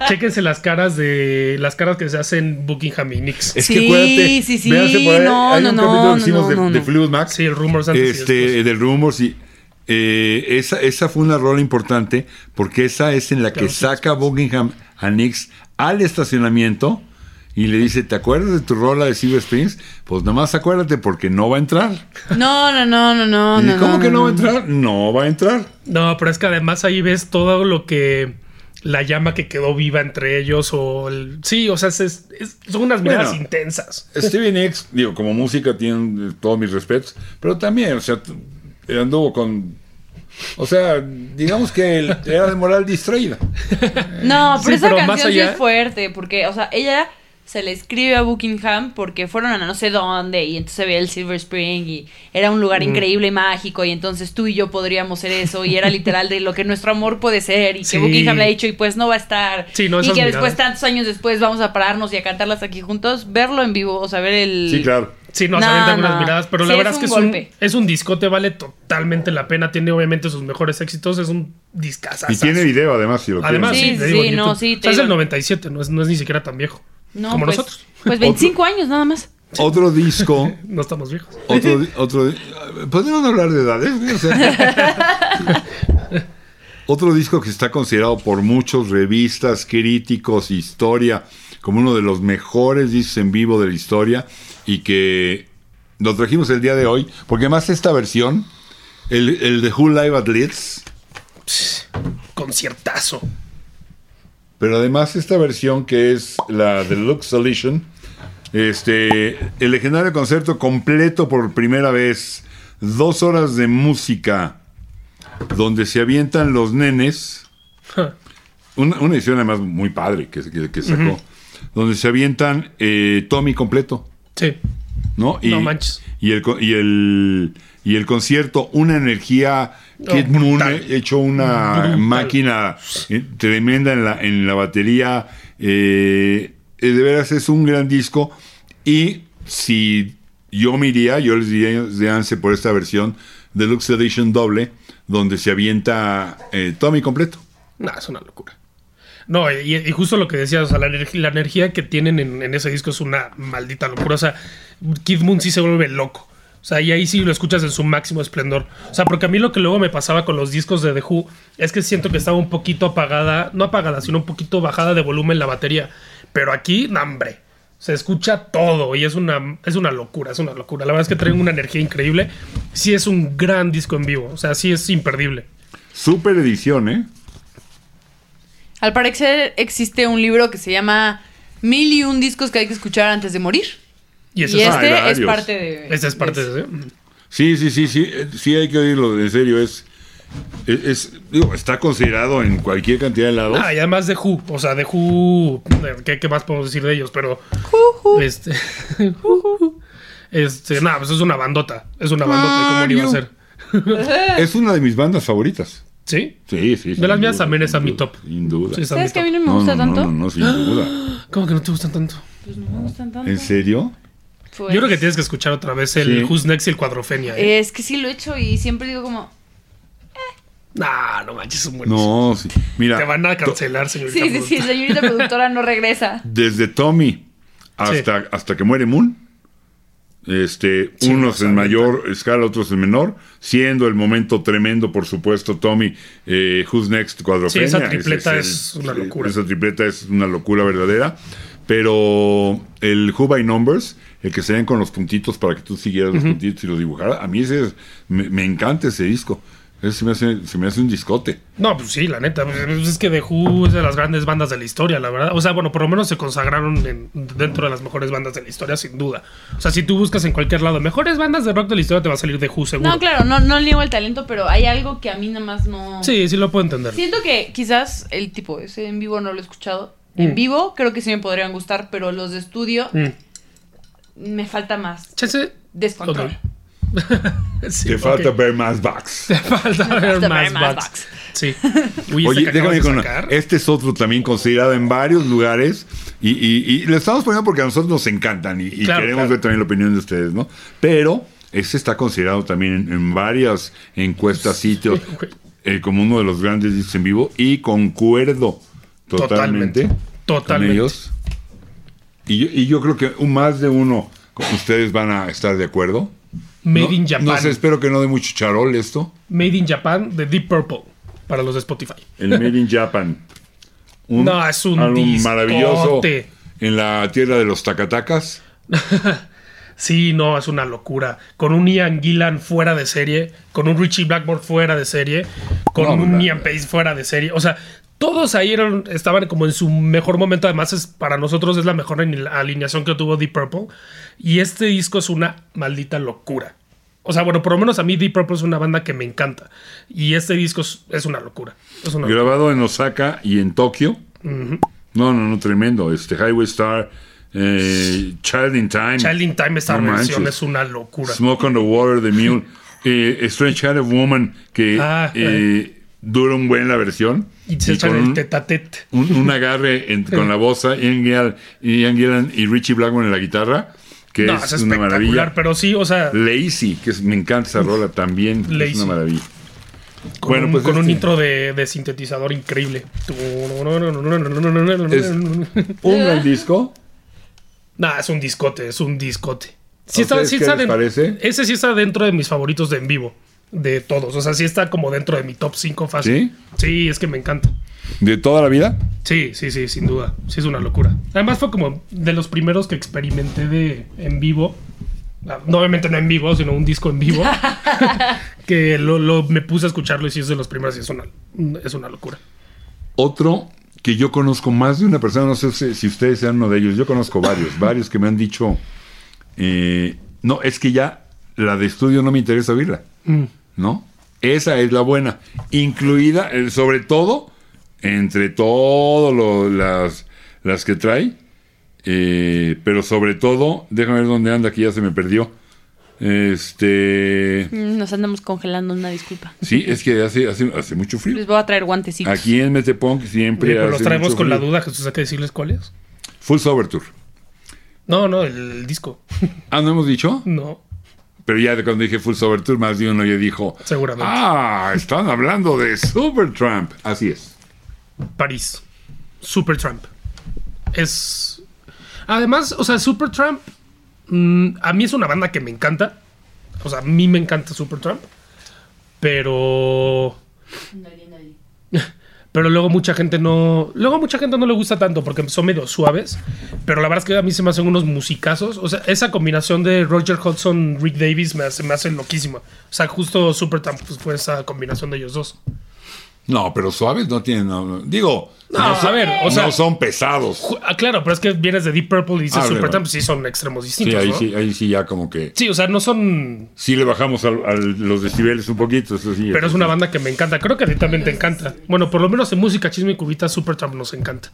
[SPEAKER 2] chéquense las caras de. Las caras que se hacen Buckingham y Nix.
[SPEAKER 1] Es que
[SPEAKER 3] Sí,
[SPEAKER 1] acuérdate,
[SPEAKER 3] sí, sí,
[SPEAKER 1] véanse por ahí,
[SPEAKER 3] no,
[SPEAKER 1] hay
[SPEAKER 3] no,
[SPEAKER 1] un
[SPEAKER 3] no,
[SPEAKER 1] capítulo
[SPEAKER 3] no,
[SPEAKER 1] que hicimos
[SPEAKER 3] no,
[SPEAKER 1] de,
[SPEAKER 3] no,
[SPEAKER 1] de
[SPEAKER 3] no.
[SPEAKER 1] Fleetwood Mac.
[SPEAKER 2] Sí, el Rumors antes y
[SPEAKER 1] este, del Rumors y eh, esa, esa fue una rola importante porque esa es en la que
[SPEAKER 2] Claro, sí,
[SPEAKER 1] saca Buckingham a Nix al estacionamiento y le dice, ¿te acuerdas de tu rola de Silver Springs? Pues nada más acuérdate porque no va a entrar.
[SPEAKER 3] No, no, no, no, no.
[SPEAKER 1] Y,
[SPEAKER 3] no
[SPEAKER 1] ¿Cómo que no va a
[SPEAKER 3] no.
[SPEAKER 1] entrar? No va a entrar.
[SPEAKER 2] No, pero es que además ahí ves todo lo que. La llama que quedó viva entre ellos o el... Sí, o sea, es- es- es- son unas miradas
[SPEAKER 1] Bueno.
[SPEAKER 2] intensas.
[SPEAKER 1] Stevie Nicks, digo, como música tiene todos mis respetos, pero también, o sea, t- anduvo con... O sea, digamos que él era de moral distraída.
[SPEAKER 3] No, pero
[SPEAKER 2] Sí,
[SPEAKER 3] esa
[SPEAKER 2] pero más
[SPEAKER 3] canción
[SPEAKER 2] allá-
[SPEAKER 3] sí es fuerte, porque, o sea, ella se le escribe a Buckingham porque fueron a no sé dónde y entonces había el Silver Spring y era un
[SPEAKER 2] Mm.
[SPEAKER 3] lugar increíble y mágico y entonces tú y yo podríamos ser eso y era literal de lo que nuestro amor puede ser y
[SPEAKER 2] Sí.
[SPEAKER 3] que Buckingham le ha dicho y pues no va a estar
[SPEAKER 2] Sí, no,
[SPEAKER 3] y
[SPEAKER 2] esas
[SPEAKER 3] que después
[SPEAKER 2] miradas.
[SPEAKER 3] tantos años después vamos a pararnos y a cantarlas aquí juntos, verlo en vivo, o sea, ver el...
[SPEAKER 1] Sí, claro.
[SPEAKER 2] Sí, no,
[SPEAKER 3] No,
[SPEAKER 2] se avientan
[SPEAKER 3] no.
[SPEAKER 2] unas miradas, pero
[SPEAKER 3] Sí,
[SPEAKER 2] la
[SPEAKER 3] es
[SPEAKER 2] verdad es,
[SPEAKER 3] un
[SPEAKER 2] que es un,
[SPEAKER 3] golpe.
[SPEAKER 2] es un discote, vale totalmente la pena. Tiene obviamente sus mejores éxitos, es un discazazo.
[SPEAKER 1] Y tiene video además, si lo
[SPEAKER 2] Además,
[SPEAKER 1] quieren.
[SPEAKER 2] sí,
[SPEAKER 3] Sí,
[SPEAKER 2] te digo,
[SPEAKER 3] sí,
[SPEAKER 2] en YouTube.
[SPEAKER 3] no, sí,
[SPEAKER 2] O sea,
[SPEAKER 3] te
[SPEAKER 2] es
[SPEAKER 3] digo.
[SPEAKER 2] el 97, no es, no es ni siquiera tan viejo.
[SPEAKER 3] No,
[SPEAKER 2] como
[SPEAKER 3] pues,
[SPEAKER 2] nosotros.
[SPEAKER 3] Pues 25 años nada más.
[SPEAKER 1] Otro disco
[SPEAKER 2] No estamos viejos.
[SPEAKER 1] Otro, di- otro di- podemos hablar de edades. ¿eh? O sea. otro disco que está considerado por muchos revistas, críticos, historia, como uno de los mejores discos en vivo de la historia y que lo trajimos el día de hoy, porque más esta versión, el, el de Who Live at Leeds,
[SPEAKER 2] Conciertazo.
[SPEAKER 1] pero además esta versión que es la Deluxe Edition, este, el legendario concierto completo por primera vez, dos horas de música, donde se avientan los nenes, una, una edición además muy padre que, que- que sacó, donde se avientan eh, Tommy completo,
[SPEAKER 2] sí.
[SPEAKER 1] ¿no? Y,
[SPEAKER 2] No manches.
[SPEAKER 1] Y el, co- y el, y el concierto, una energía. Kid
[SPEAKER 2] No,
[SPEAKER 1] Moon eh,
[SPEAKER 2] brutal.
[SPEAKER 1] hecho una
[SPEAKER 2] Brutal.
[SPEAKER 1] máquina eh, tremenda en la, en la batería. eh, eh, de veras es un gran disco. Y si yo me iría, yo les diría, déanse por esta versión Deluxe Edition doble, donde se avienta eh, Tommy completo.
[SPEAKER 2] No, es una locura. No, y, y justo lo que decías, o sea, la, energi- la energía que tienen en, en ese disco es una maldita locura. O sea, Kid Moon sí se vuelve loco. O sea, y ahí sí lo escuchas en su máximo esplendor. O sea, porque a mí lo que luego me pasaba con los discos de The Who es que siento que estaba un poquito apagada, no apagada, sino un poquito bajada de volumen la batería. Pero aquí, no, hombre, se escucha todo y es una, es una locura, es una locura. La verdad es que traen una energía increíble. Sí es un gran disco en vivo, o sea, sí es imperdible.
[SPEAKER 1] Super edición, ¿eh?
[SPEAKER 3] Al parecer existe un libro que se llama Mil y un discos que hay que escuchar antes de morir.
[SPEAKER 2] Y
[SPEAKER 3] Y,
[SPEAKER 2] ese es,
[SPEAKER 1] Ah, hay
[SPEAKER 3] este es
[SPEAKER 1] varios.
[SPEAKER 3] parte de...
[SPEAKER 2] esa es parte
[SPEAKER 3] de
[SPEAKER 2] de... ¿eh? de-
[SPEAKER 1] Sí, sí, sí, sí, eh, sí hay que oírlo, en serio, es, es, es- digo, está considerado en cualquier cantidad de lados.
[SPEAKER 2] Ah, y además de Who, o sea, de Who, ¿qué, qué más podemos decir de ellos? Pero, este, este, nada, pues es una bandota, es una bandota, ¿y ¿cómo le iba a ser?
[SPEAKER 1] Es una de mis bandas favoritas.
[SPEAKER 2] ¿Sí,
[SPEAKER 1] Sí, sí.
[SPEAKER 2] De las mías también está mi top.
[SPEAKER 1] Sin duda.
[SPEAKER 2] sí, está
[SPEAKER 3] ¿Sabes
[SPEAKER 2] mi
[SPEAKER 3] que a
[SPEAKER 2] top.
[SPEAKER 3] mí no me gusta tanto?
[SPEAKER 1] No, no, sin duda.
[SPEAKER 2] ¿Cómo que no te gustan tanto?
[SPEAKER 3] Pues no me gustan tanto.
[SPEAKER 1] ¿En serio?
[SPEAKER 3] Pues,
[SPEAKER 2] Yo creo que tienes que escuchar otra vez el
[SPEAKER 1] Sí.
[SPEAKER 2] Who's Next y el Cuadrofenia. ¿eh?
[SPEAKER 3] Es que sí lo he hecho y siempre digo como...
[SPEAKER 2] Nah, no manches, son buenos.
[SPEAKER 1] No, sí. Mira.
[SPEAKER 2] Te van a
[SPEAKER 1] to-
[SPEAKER 2] cancelar, señor.
[SPEAKER 3] Sí, sí, sí, señorita productora no regresa.
[SPEAKER 1] Desde Tommy hasta, hasta que muere Moon. Este,
[SPEAKER 2] Sí,
[SPEAKER 1] unos
[SPEAKER 2] no,
[SPEAKER 1] en
[SPEAKER 2] está
[SPEAKER 1] mayor escala, otros en menor, siendo el momento tremendo, por supuesto, Tommy, eh, Who's Next, Cuadrofenia.
[SPEAKER 2] Sí, esa tripleta
[SPEAKER 1] Ese-
[SPEAKER 2] es una locura.
[SPEAKER 1] Esa tripleta es una locura verdadera, pero el Who by Numbers, el que se ven con los puntitos para que tú siguieras los puntitos y los dibujaras, a mí ese es- me, me encanta ese disco. Eso se me hace, se me hace un discote.
[SPEAKER 2] No, pues sí, la neta. pues es que The Who es de las grandes bandas de la historia, la verdad. O sea, bueno, por lo menos se consagraron en- dentro de las mejores bandas de la historia, sin duda. O sea, si tú buscas en cualquier lado mejores bandas de rock de la historia, te va a salir The Who, seguro.
[SPEAKER 3] No, claro, no, no niego el talento, pero hay algo que a mí nada más no.
[SPEAKER 2] Sí, sí lo puedo entender.
[SPEAKER 3] Siento que quizás el tipo ese en vivo no lo he escuchado. En
[SPEAKER 2] Mm.
[SPEAKER 3] vivo creo que sí me podrían gustar, pero los de estudio
[SPEAKER 2] Mm.
[SPEAKER 3] me falta más
[SPEAKER 2] Chance.
[SPEAKER 3] descontrol.
[SPEAKER 2] Ok. Sí,
[SPEAKER 1] Te
[SPEAKER 2] ok.
[SPEAKER 1] falta ver más backs.
[SPEAKER 2] Te falta ver
[SPEAKER 3] ver
[SPEAKER 2] más
[SPEAKER 3] más
[SPEAKER 2] bugs.
[SPEAKER 3] bugs.
[SPEAKER 2] Sí. Uy,
[SPEAKER 1] Oye,
[SPEAKER 2] este que
[SPEAKER 1] déjame
[SPEAKER 2] acabas de
[SPEAKER 1] con una-
[SPEAKER 2] sacar.
[SPEAKER 1] Este es otro también considerado en varios lugares y, y- y lo estamos poniendo porque a nosotros nos encantan y, y
[SPEAKER 2] Claro,
[SPEAKER 1] queremos
[SPEAKER 2] claro.
[SPEAKER 1] ver también la opinión de ustedes, ¿no? Pero este está considerado también en, en varias encuestas, sitios,
[SPEAKER 2] güey.
[SPEAKER 1] eh, como uno de los grandes discos en vivo y concuerdo totalmente,
[SPEAKER 2] Totalmente. Totalmente.
[SPEAKER 1] con ellos. Y yo, y yo creo que un- más de uno con ustedes van a estar de acuerdo.
[SPEAKER 2] Made
[SPEAKER 1] no,
[SPEAKER 2] in Japan.
[SPEAKER 1] No sé, espero que no dé mucho charol esto.
[SPEAKER 2] Made in Japan de Deep Purple para los de Spotify.
[SPEAKER 1] El Made in Japan. Un
[SPEAKER 2] No, es un
[SPEAKER 1] álbum maravilloso
[SPEAKER 2] discote.
[SPEAKER 1] en la tierra de los tacatacas.
[SPEAKER 2] Sí, no, es una locura. Con un Ian Gillan fuera de serie, con un Richie Blackmore fuera de serie, con
[SPEAKER 1] No,
[SPEAKER 2] un
[SPEAKER 1] la-
[SPEAKER 2] Ian Pace fuera de serie. O sea, todos ahí eran- estaban como en su mejor momento. Además, es, para nosotros es la mejor en- alineación que tuvo Deep Purple. Y este disco es una maldita locura. O sea, bueno, por lo menos a mí Deep Purple es una banda que me encanta. Y este disco es, es una locura. Es una locura.
[SPEAKER 1] Grabado en Osaka y en Tokio. No, no, no, tremendo. Este Highway Star, eh, Child in Time,
[SPEAKER 2] Child in Time, esta
[SPEAKER 1] No
[SPEAKER 2] versión
[SPEAKER 1] manches.
[SPEAKER 2] es una locura.
[SPEAKER 1] Smoke on the Water, The Mule, eh, Strange Child of Woman, que
[SPEAKER 2] Ah,
[SPEAKER 1] eh, dura un buen la versión.
[SPEAKER 2] Y se
[SPEAKER 1] Y
[SPEAKER 2] echan
[SPEAKER 1] con
[SPEAKER 2] el
[SPEAKER 1] un-
[SPEAKER 2] tetatet.
[SPEAKER 1] un, un agarre en- con la bosa, Ian Gillan, Ian Gillan y Richie Blackmore en la guitarra, que
[SPEAKER 2] No,
[SPEAKER 1] es,
[SPEAKER 2] es
[SPEAKER 1] una maravilla.
[SPEAKER 2] espectacular, pero sí, o sea,
[SPEAKER 1] Lazy, que es- me encanta esa rola también. Es
[SPEAKER 2] Lazy.
[SPEAKER 1] una maravilla.
[SPEAKER 2] con,
[SPEAKER 1] Bueno,
[SPEAKER 2] un,
[SPEAKER 1] pues
[SPEAKER 2] con un
[SPEAKER 1] este-
[SPEAKER 2] intro de, de sintetizador increíble.
[SPEAKER 1] Un gran disco.
[SPEAKER 2] Nah, es un discote, es un discote.
[SPEAKER 1] ¿A ustedes qué les
[SPEAKER 2] den-
[SPEAKER 1] parece?
[SPEAKER 2] Ese sí está dentro de mis favoritos de en vivo, de todos. O sea, sí está como dentro de mi top 5 fácil. ¿Sí? es que me encanta.
[SPEAKER 1] ¿De toda la vida?
[SPEAKER 2] Sí, sí, sí, sin duda. Sí, es una locura. Además, fue como de los primeros que experimenté de en vivo. Ah, No, obviamente no en vivo, sino un disco en vivo. que lo, lo- me puse a escucharlo y sí es de los primeros y es una, es una locura.
[SPEAKER 1] Otro que yo conozco más de una persona, no sé si, si ustedes sean uno de ellos, yo conozco varios, varios que me han dicho, eh, no, es que ya la de estudio no me interesa oírla,
[SPEAKER 2] Mm.
[SPEAKER 1] ¿no? Esa es la buena, incluida, eh, sobre todo, entre todas las, las que trae, eh, pero sobre todo, déjame ver dónde anda, que ya se me perdió. Este,
[SPEAKER 3] Mm, Nos andamos congelando, una disculpa.
[SPEAKER 1] sí, es que hace, hace, hace mucho frío.
[SPEAKER 3] Les voy a traer guantecitos.
[SPEAKER 1] Aquí en Metepunk siempre.
[SPEAKER 2] Oye, pero los
[SPEAKER 1] hace
[SPEAKER 2] traemos
[SPEAKER 1] mucho
[SPEAKER 2] con la
[SPEAKER 1] frío.
[SPEAKER 2] duda, Jesús, hay que decirles cuál es.
[SPEAKER 1] Full Sober Tour.
[SPEAKER 2] No, no, el, el disco.
[SPEAKER 1] Ah, no hemos dicho.
[SPEAKER 2] No.
[SPEAKER 1] Pero ya de cuando dije Full Sober Tour, más de uno ya dijo.
[SPEAKER 2] Seguramente.
[SPEAKER 1] Ah, están hablando de Supertramp. Así es.
[SPEAKER 2] París. Supertramp. Es. Además, o sea, Supertramp. mm, a mí es una banda que me encanta. O sea, a mí me encanta Supertramp. Pero. Pero luego mucha gente no. Luego mucha gente no le gusta tanto porque son medio suaves. Pero la verdad es que a mí se me hacen unos musicazos. O sea, esa combinación de Roger Hodgson, Rick Davis me hace, me hace loquísima. O sea, justo Supertramp pues, fue esa combinación de ellos dos.
[SPEAKER 1] No, pero suaves no tienen. no, no. digo,
[SPEAKER 2] No, a ver, o
[SPEAKER 1] no
[SPEAKER 2] sea-
[SPEAKER 1] son pesados.
[SPEAKER 2] Ju- Ah, claro, pero es que vienes de Deep Purple y dices
[SPEAKER 1] Ah, bueno,
[SPEAKER 2] Supertramp,
[SPEAKER 1] bueno.
[SPEAKER 2] pues sí son extremos
[SPEAKER 1] Sí,
[SPEAKER 2] distintos,
[SPEAKER 1] ahí
[SPEAKER 2] ¿no?
[SPEAKER 1] sí, ahí sí ya como que.
[SPEAKER 2] Sí, o sea, no son...
[SPEAKER 1] Sí le bajamos al- a los decibeles un poquito, eso sí.
[SPEAKER 2] Pero es
[SPEAKER 1] eso
[SPEAKER 2] una
[SPEAKER 1] sí.
[SPEAKER 2] banda que me encanta. Creo que a ti también te encanta. Bueno, por lo menos en música, chisme y cubita, Supertramp nos encanta.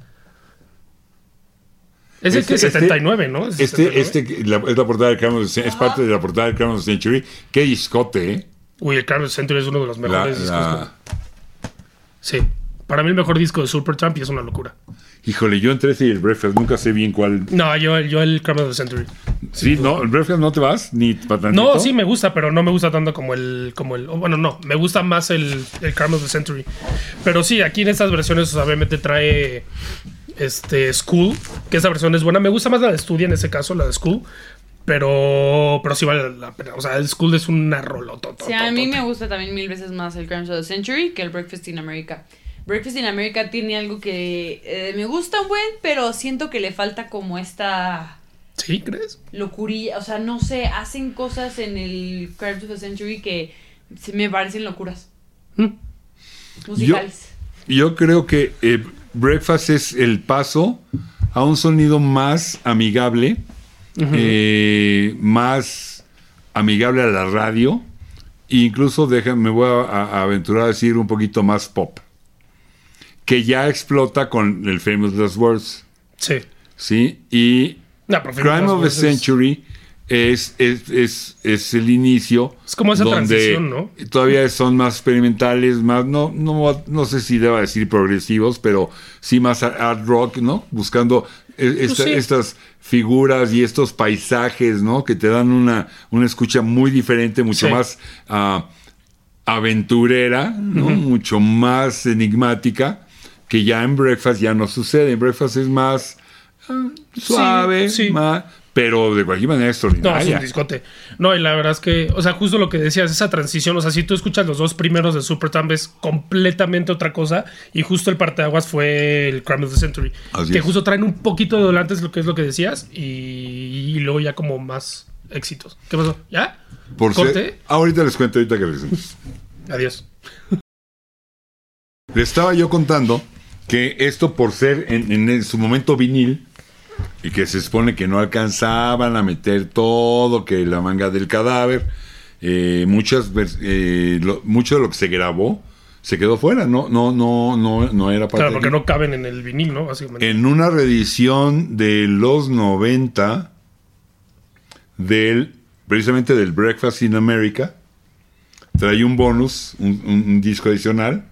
[SPEAKER 2] Es el
[SPEAKER 1] Este-
[SPEAKER 2] que es
[SPEAKER 1] este-
[SPEAKER 2] 79, ¿no? ¿Es
[SPEAKER 1] Este,
[SPEAKER 2] 79?
[SPEAKER 1] este que- la- es la portada del Crown of the Cen- es parte de la portada del Crown of the Century. Qué discote, ¿eh?
[SPEAKER 2] Uy, el Carlos Century es uno de los
[SPEAKER 1] La-
[SPEAKER 2] mejores discos.
[SPEAKER 1] la-
[SPEAKER 2] ¿no? Sí. Para mí el mejor disco de Supertramp y es una locura.
[SPEAKER 1] Híjole, yo entre ese y el Breakfast nunca sé bien cuál.
[SPEAKER 2] No, yo, yo el Carlos de Century.
[SPEAKER 1] Sí, no, el Breakfast no te vas ni para
[SPEAKER 2] No,
[SPEAKER 1] tantito?
[SPEAKER 2] sí me gusta, pero no me gusta tanto como el, como el, oh, bueno, no, me gusta más el, el Carmel of the Century. Pero sí, aquí en estas versiones, o sea, obviamente trae este School, que esa versión es buena. Me gusta más la de Studia en ese caso, la de School, pero, pero sí vale la pena. O sea, el School es una rolotota.
[SPEAKER 3] Sí, a mí me gusta también mil veces más el Crimes of the Century que el Breakfast in America. Breakfast in America tiene algo que eh, me gusta un buen, pero siento que le falta como esta
[SPEAKER 2] ¿Sí crees?
[SPEAKER 3] locurilla. O sea, no sé, hacen cosas en el Crimes of the Century que se me parecen locuras.
[SPEAKER 1] Mm.
[SPEAKER 3] musicales.
[SPEAKER 1] Yo creo que eh, Breakfast es el paso a un sonido más amigable, eh, más amigable a la radio, e incluso deja- me voy a, a aventurar a decir un poquito más pop, que ya explota con el Famous Last Words,
[SPEAKER 2] Sí.
[SPEAKER 1] ¿sí? Y
[SPEAKER 2] No, pero
[SPEAKER 1] Crime
[SPEAKER 2] Famous
[SPEAKER 1] of the
[SPEAKER 2] Last Words es-
[SPEAKER 1] Century es, es, es- es el inicio.
[SPEAKER 2] Es como esa transición, ¿no?
[SPEAKER 1] Todavía son más experimentales, más, no, no, no sé si deba decir progresivos, pero sí más a- art rock, ¿no? Buscando eh, esta-
[SPEAKER 2] Pues sí.
[SPEAKER 1] estas figuras y estos paisajes, ¿no? Que te dan una, una escucha muy diferente, mucho
[SPEAKER 2] Sí.
[SPEAKER 1] más ah, aventurera, ¿no? Mucho más enigmática, que ya en Breakfast ya no sucede. En Breakfast es más ah, suave,
[SPEAKER 2] sí.
[SPEAKER 1] ma- pero de cualquier manera
[SPEAKER 2] No, es
[SPEAKER 1] extraordinaria.
[SPEAKER 2] un discote. No, y la verdad es que, o sea, justo lo que decías, esa transición, o sea, si tú escuchas los dos primeros de Supertramp es completamente otra cosa, y justo el parteaguas fue el Crime of the Century,
[SPEAKER 1] Así
[SPEAKER 2] que
[SPEAKER 1] es.
[SPEAKER 2] justo traen un poquito de delante, es lo que es lo que decías, y, y luego ya como más éxitos. ¿Qué pasó? ¿Ya?
[SPEAKER 1] Por ser-
[SPEAKER 2] corte.
[SPEAKER 1] ahorita les cuento, ahorita que regresemos.
[SPEAKER 2] Adiós.
[SPEAKER 1] Les estaba yo contando que esto por ser en, en- en su momento vinil y que se supone que no alcanzaban a meter todo, que la manga del cadáver, eh, muchas vers- eh, lo- mucho de lo que se grabó se quedó fuera, no, no, no, no, no era parte
[SPEAKER 2] Claro,
[SPEAKER 1] del
[SPEAKER 2] porque
[SPEAKER 1] disco.
[SPEAKER 2] no caben en el vinil, ¿no? Básicamente.
[SPEAKER 1] en una reedición de los 90 del precisamente del Breakfast in America trae un bonus, un, un- un disco adicional,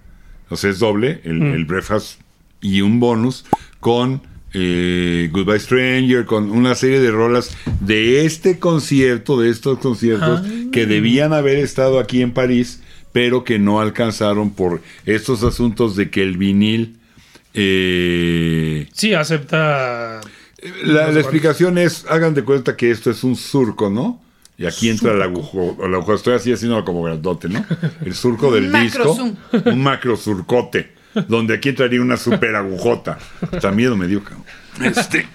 [SPEAKER 1] o sea, es doble, el, el Breakfast y un bonus con eh, Goodbye Stranger, con una serie de rolas de este concierto, de estos conciertos que debían haber estado aquí en París, pero que no alcanzaron por estos asuntos de que el vinil eh,
[SPEAKER 2] Sí, acepta...
[SPEAKER 1] la, la explicación es, hagan de cuenta que esto es un surco, ¿no? Y aquí entra el agujo, el agujo. Estoy así haciéndolo como grandote, ¿no? El surco del
[SPEAKER 3] Macro
[SPEAKER 1] disco.
[SPEAKER 3] zoom.
[SPEAKER 1] Un macro surcote. Donde aquí entraría una super agujota. Está miedo me dio, cabrón. Este,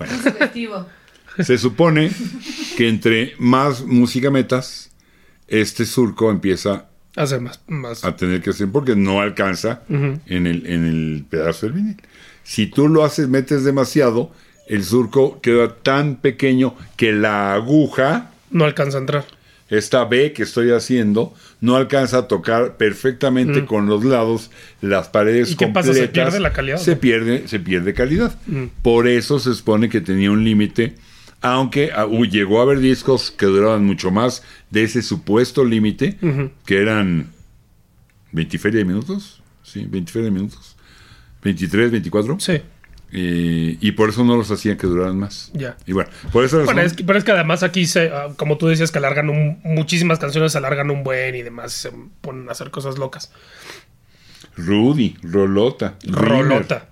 [SPEAKER 3] Sugestivo.
[SPEAKER 1] se supone que entre más música metas, este surco empieza
[SPEAKER 2] Hace más... más.
[SPEAKER 1] a tener que hacer porque no alcanza en, el, en el pedazo del vinil. Si tú lo haces, metes demasiado, el surco queda tan pequeño que la aguja,
[SPEAKER 2] No alcanza a entrar.
[SPEAKER 1] esta B que estoy haciendo, no alcanza a tocar perfectamente con los lados las paredes
[SPEAKER 2] Mm. ¿Y qué pasa? ¿Se
[SPEAKER 1] completas,
[SPEAKER 2] pierde la calidad? Mm.
[SPEAKER 1] Se pierde, se pierde calidad. Por eso se supone que tenía un límite. Aunque ah, uh, llegó a haber discos que duraban mucho más de ese supuesto límite, que eran 20 feria de minutos, sí, 20 feria de minutos, 23, 24,
[SPEAKER 2] Sí.
[SPEAKER 1] eh, y por eso no los hacían que duraran más.
[SPEAKER 2] Ya.
[SPEAKER 1] Y bueno, por eso
[SPEAKER 2] Bueno, es que, pero es que además aquí, se, ah, como tú decías, que alargan un- muchísimas canciones, se alargan un buen y demás, se ponen a hacer cosas locas.
[SPEAKER 1] Rudy, Rolota, Dreamer,
[SPEAKER 2] Rolota.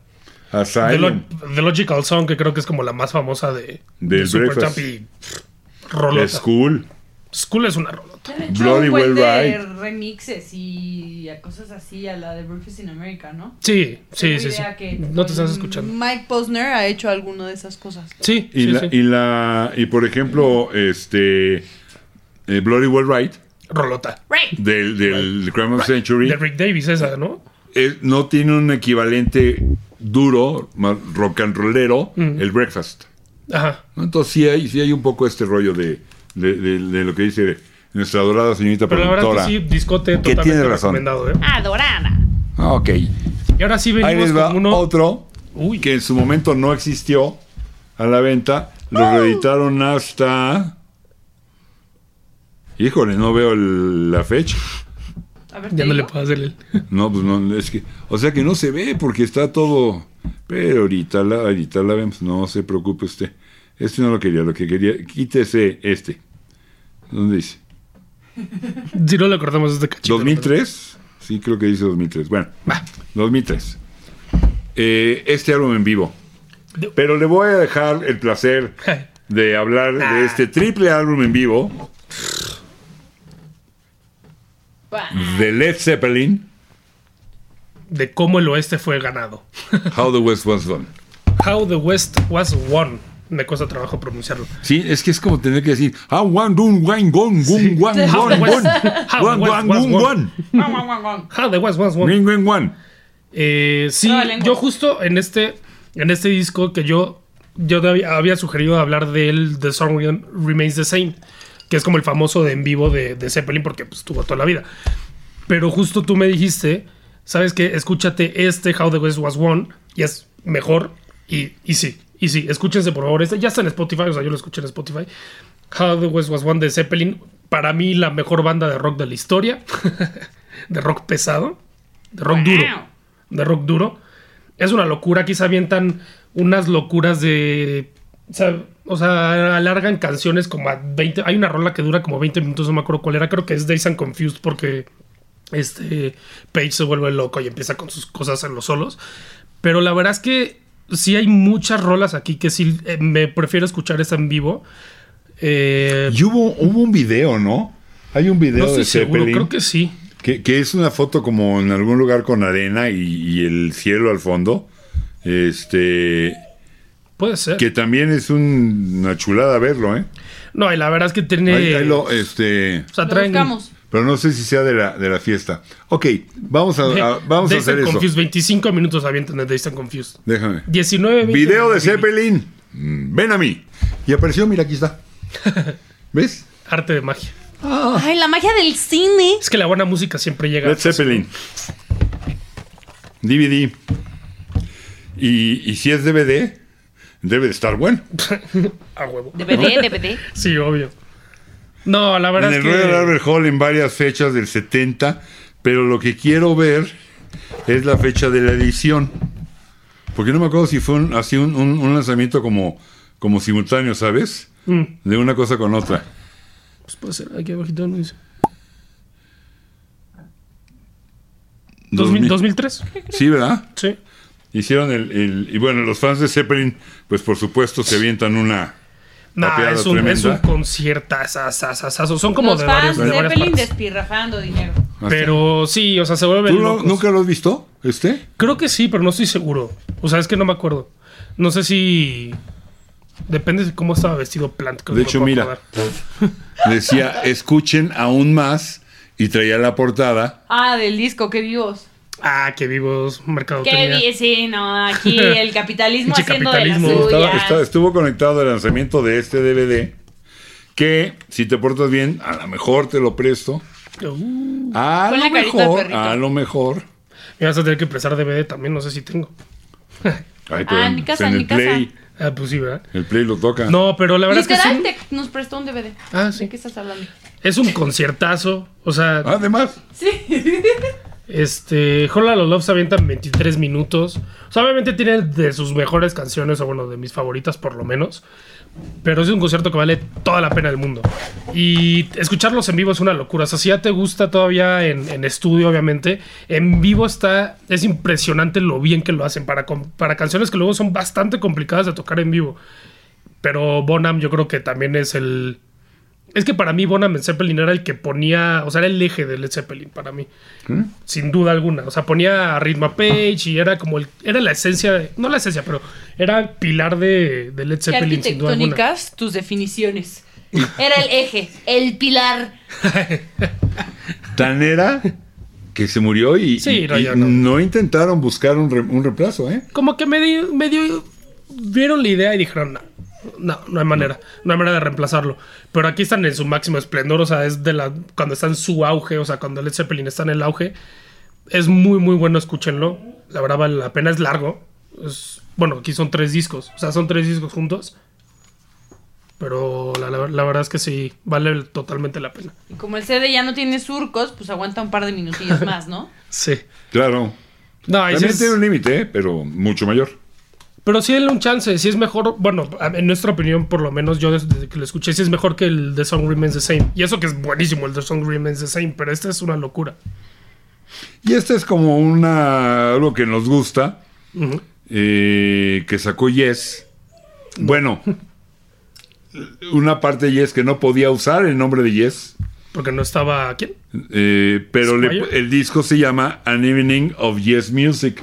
[SPEAKER 2] The, Lo-
[SPEAKER 1] Asylum,
[SPEAKER 2] The Logical Song, que creo que es como la más famosa de,
[SPEAKER 1] Del Breakfast.
[SPEAKER 2] y Rolota. School.
[SPEAKER 1] School,
[SPEAKER 2] es una Rolota.
[SPEAKER 3] Han hecho
[SPEAKER 1] Bloody
[SPEAKER 3] un buen
[SPEAKER 1] Well
[SPEAKER 3] de
[SPEAKER 1] Right.
[SPEAKER 3] remixes y a cosas así, a la de Breakfast in America, ¿no?
[SPEAKER 2] Sí, sí,
[SPEAKER 3] Tengo
[SPEAKER 2] sí. sí.
[SPEAKER 3] idea que,
[SPEAKER 2] No te estás
[SPEAKER 3] mm,
[SPEAKER 2] escuchando.
[SPEAKER 3] Mike Posner ha hecho alguno de esas cosas.
[SPEAKER 2] Sí,
[SPEAKER 1] y,
[SPEAKER 2] sí,
[SPEAKER 1] la,
[SPEAKER 2] sí.
[SPEAKER 1] y la, y por ejemplo, este, eh, Bloody Well Right,
[SPEAKER 2] Rolota.
[SPEAKER 3] Right.
[SPEAKER 1] del, del Crime of Century,
[SPEAKER 2] De Rick Davis, esa, ¿no?
[SPEAKER 1] eh, no tiene un equivalente duro, más rock and rollero,
[SPEAKER 2] Mm.
[SPEAKER 1] el Breakfast.
[SPEAKER 2] Ajá.
[SPEAKER 1] ¿no? Entonces sí hay, sí hay un poco este rollo de, de- de- de lo que dice nuestra dorada señorita
[SPEAKER 2] Pero la verdad que
[SPEAKER 1] productora.
[SPEAKER 2] sí, discote
[SPEAKER 1] Que
[SPEAKER 2] totalmente
[SPEAKER 1] tiene razón.
[SPEAKER 2] recomendado, ¿eh?
[SPEAKER 3] Adorada.
[SPEAKER 1] Ah, ok.
[SPEAKER 2] Y ahora sí
[SPEAKER 1] Ahí
[SPEAKER 2] venimos
[SPEAKER 1] les va
[SPEAKER 2] con uno...
[SPEAKER 1] otro
[SPEAKER 2] Uy.
[SPEAKER 1] que en su momento no existió a la venta. Lo reeditaron hasta... Híjole, no veo el- la fecha.
[SPEAKER 3] A ver,
[SPEAKER 2] Ya
[SPEAKER 3] te
[SPEAKER 2] no le
[SPEAKER 3] digo.
[SPEAKER 2] puedo hacer el...
[SPEAKER 1] No, pues no, es que... O sea que no se ve porque está todo... Pero ahorita la, ahorita la vemos. No se preocupe usted. Este no lo quería. Lo que quería... Quítese este. ¿Dónde dice?
[SPEAKER 2] Si no le cortamos este cachito.
[SPEAKER 1] 2003, sí creo que dice 2003. Bueno, va, 2003. Eh, este álbum en vivo. Pero le voy a dejar el placer de hablar de este triple álbum en vivo
[SPEAKER 3] Bah.
[SPEAKER 1] de Led Zeppelin,
[SPEAKER 2] De cómo el oeste fue ganado.
[SPEAKER 1] How the West Was Done.
[SPEAKER 2] How the West Was Won. me cuesta trabajo pronunciarlo.
[SPEAKER 1] Sí, es que es como tener que decir, ah, one, dun, wine, gon, gun, wan,
[SPEAKER 3] Sí.
[SPEAKER 1] gon, gon,
[SPEAKER 2] Ah,
[SPEAKER 1] wan,
[SPEAKER 2] was-
[SPEAKER 1] wan,
[SPEAKER 2] was-
[SPEAKER 1] gun,
[SPEAKER 2] was-
[SPEAKER 1] wan,
[SPEAKER 2] Ah, de West, West, West.
[SPEAKER 1] ring, ring, wan.
[SPEAKER 2] Eh, sí,
[SPEAKER 3] Nueva lengua.
[SPEAKER 2] yo justo en este, en este disco que yo, yo te había, había sugerido hablar de él, The Song Rem- Remains the Same, que es como el famoso de en vivo de, de Zeppelin, porque pues, estuvo toda la vida. Pero justo tú me dijiste, ¿sabes qué? Escúchate este How the West Was Won, y es mejor, y, y sí, y sí, escúchense por favor, este ya está en Spotify, o sea, yo lo escuché en Spotify. How the West Was Won de Zeppelin, para mí la mejor banda de rock de la historia, de rock pesado, de rock duro de rock duro. Es una locura, aquí se avientan unas locuras de... O sea, o sea, alargan canciones como a 20... Hay una rola que dura como 20 minutos, no me acuerdo cuál era, creo que es Days and Confused porque este Page se vuelve loco y empieza con sus cosas en los solos. Pero la verdad es que sí hay muchas rolas aquí que sí eh, me prefiero escuchar esta en vivo. Eh,
[SPEAKER 1] Y hubo, hubo un video, ¿no? Hay un video
[SPEAKER 2] no estoy
[SPEAKER 1] de
[SPEAKER 2] seguro,
[SPEAKER 1] Zeppelin
[SPEAKER 2] creo que sí.
[SPEAKER 1] que, que es una foto como en algún lugar con arena y, y el cielo al fondo. Este,
[SPEAKER 2] Puede ser.
[SPEAKER 1] que también es un- una chulada verlo, ¿eh?
[SPEAKER 2] No, y la verdad es que tiene...
[SPEAKER 1] Ahí- ahí lo, este,
[SPEAKER 2] o sea,
[SPEAKER 3] Lo
[SPEAKER 2] traen-
[SPEAKER 3] buscamos.
[SPEAKER 1] pero no sé si sea de la, de la fiesta. Ok, vamos a, a- Ah, vamos a
[SPEAKER 2] Dazed
[SPEAKER 1] hacer
[SPEAKER 2] and
[SPEAKER 1] eso.
[SPEAKER 2] Confused, 25 minutos avientan de Days and Confused.
[SPEAKER 1] Déjame.
[SPEAKER 2] 19 20,
[SPEAKER 1] Video de
[SPEAKER 2] 20,
[SPEAKER 1] Zeppelin. Mm, Ven a mí. Y apareció, mira, aquí está. ¿Ves?
[SPEAKER 2] Arte de magia. Oh.
[SPEAKER 3] Ay, la magia del cine.
[SPEAKER 2] Es que la buena música siempre llega.
[SPEAKER 1] Led Zeppelin. DVD. Y, y si es DVD, debe de estar bueno.
[SPEAKER 2] A huevo.
[SPEAKER 3] DVD, DVD.
[SPEAKER 2] Sí, obvio. No, la verdad
[SPEAKER 1] En el
[SPEAKER 2] es que.
[SPEAKER 1] Royal Albert Hall en varias fechas del 70, pero lo que quiero ver es la fecha de la edición. Porque no me acuerdo si fue un- así un, un- un lanzamiento como, como simultáneo, ¿sabes?
[SPEAKER 2] Mm,
[SPEAKER 1] De una cosa con otra.
[SPEAKER 2] pues puede ser, aquí abajito no dice.
[SPEAKER 1] Dos
[SPEAKER 2] ¿2000,
[SPEAKER 1] mil-
[SPEAKER 2] 2003.
[SPEAKER 1] Sí, ¿verdad?
[SPEAKER 2] Sí.
[SPEAKER 1] Hicieron el, el- Y bueno, los fans de Zeppelin, pues por supuesto se avientan una.
[SPEAKER 2] Nah,
[SPEAKER 1] Papeada
[SPEAKER 2] es un,
[SPEAKER 1] tremenda.
[SPEAKER 2] es un conciertazazazazazo. Son como
[SPEAKER 3] Los
[SPEAKER 2] de
[SPEAKER 3] fans
[SPEAKER 2] varios,
[SPEAKER 3] de
[SPEAKER 2] de varias
[SPEAKER 3] Zeppelin
[SPEAKER 2] partes.
[SPEAKER 3] despilfarrando dinero.
[SPEAKER 2] Pero sí, o sea, se vuelve.
[SPEAKER 1] ¿Tú lo- nunca lo has visto? ¿Este?
[SPEAKER 2] Creo que sí, pero no estoy seguro. O sea, es que no me acuerdo. No sé si. Depende de cómo estaba vestido Plant. creo
[SPEAKER 1] De
[SPEAKER 2] que me
[SPEAKER 1] hecho,
[SPEAKER 2] puedo
[SPEAKER 1] mira.
[SPEAKER 2] acordar.
[SPEAKER 1] Decía, escuchen aún más. Y traía la portada.
[SPEAKER 3] Ah, del disco, qué vivos.
[SPEAKER 2] Ah, qué vivos, mercado
[SPEAKER 3] Qué bien, sí, no, aquí el capitalismo
[SPEAKER 2] Pinche
[SPEAKER 3] haciendo de
[SPEAKER 2] capitalismo.
[SPEAKER 3] las
[SPEAKER 1] Estaba-
[SPEAKER 3] suyas.
[SPEAKER 1] estaba- estuvo conectado al lanzamiento de este DVD. Que si te portas bien, a lo mejor te lo presto. A
[SPEAKER 3] Ponle
[SPEAKER 1] lo
[SPEAKER 3] carita de
[SPEAKER 1] mejor,
[SPEAKER 3] perrito.
[SPEAKER 1] a lo mejor.
[SPEAKER 2] uh, me vas a tener que prestar DVD también, no sé si tengo.
[SPEAKER 1] Ay,
[SPEAKER 3] Ah, en mi casa, en
[SPEAKER 1] el
[SPEAKER 3] mi casa.
[SPEAKER 1] play,
[SPEAKER 2] Ah, pues sí, ¿verdad?
[SPEAKER 1] el play lo toca.
[SPEAKER 2] No, pero la verdad
[SPEAKER 3] Literal,
[SPEAKER 2] es que
[SPEAKER 3] te- nos prestó un DVD.
[SPEAKER 2] Ah,
[SPEAKER 3] ¿De
[SPEAKER 2] sí.
[SPEAKER 3] qué estás hablando?
[SPEAKER 2] es un, es un conciertazo. O sea,
[SPEAKER 1] Ah, Además,
[SPEAKER 3] Sí.
[SPEAKER 2] este. Hola Los Love se avientan 23 minutos. O sea, obviamente tiene de sus mejores canciones, o bueno, de mis favoritas por lo menos. Pero es un concierto que vale toda la pena del mundo. Y escucharlos en vivo es una locura. O sea, si ya te gusta todavía en, en estudio, obviamente, en vivo está. Es impresionante lo bien que lo hacen para, com- para canciones que luego son bastante complicadas de tocar en vivo. Pero Bonham, yo creo que también es el. Es que para mí Bonham en Zeppelin era el que ponía. O sea, era el eje del Led Zeppelin para mí. Sin duda alguna. O sea, ponía a Rhythm Page y era como el. Era la esencia. de- no la esencia, pero era el pilar de, de Led
[SPEAKER 3] ¿Qué
[SPEAKER 2] Zeppelin, sin duda alguna.
[SPEAKER 3] arquitectónicas tus definiciones? Era el eje, el pilar.
[SPEAKER 1] tan era que se murió y,
[SPEAKER 2] Sí,
[SPEAKER 1] y-
[SPEAKER 2] no,
[SPEAKER 1] y
[SPEAKER 2] ya
[SPEAKER 1] no.
[SPEAKER 2] no.
[SPEAKER 1] intentaron buscar un, re- un reemplazo, ¿eh?
[SPEAKER 2] como que medio, medio vieron la idea y dijeron, no, no, no hay manera, no hay manera de reemplazarlo. Pero aquí están en su máximo esplendor, o sea, es de la, cuando está en su auge, o sea, cuando Led Zeppelin está en el auge, es muy, muy bueno, escúchenlo. La verdad vale la pena, es largo. Es- bueno, aquí son tres discos, o sea, son tres discos juntos. Pero la, la- la verdad es que sí, vale totalmente la pena.
[SPEAKER 3] Y como el CD ya no tiene surcos, pues aguanta un par de minutillos más, ¿no?
[SPEAKER 2] Sí.
[SPEAKER 1] Claro.
[SPEAKER 2] No, y sí
[SPEAKER 1] También
[SPEAKER 2] es-
[SPEAKER 1] tiene un límite, ¿eh? pero mucho mayor.
[SPEAKER 2] Pero sí denle un chance, si es mejor, bueno, a- en nuestra opinión, por lo menos yo desde que lo escuché, sí es mejor que el The Song Remains the Same. Y eso que es buenísimo, el The Song Remains the Same, pero este es una locura.
[SPEAKER 1] Y este es como una algo que nos gusta,
[SPEAKER 2] Ujú.
[SPEAKER 1] eh, que sacó Yes. Bueno, una parte de Yes que no podía usar el nombre de Yes,
[SPEAKER 2] Porque no estaba. ¿Quién?
[SPEAKER 1] eh, pero le-
[SPEAKER 2] Squire.
[SPEAKER 1] el disco se llama An Evening of Yes Music.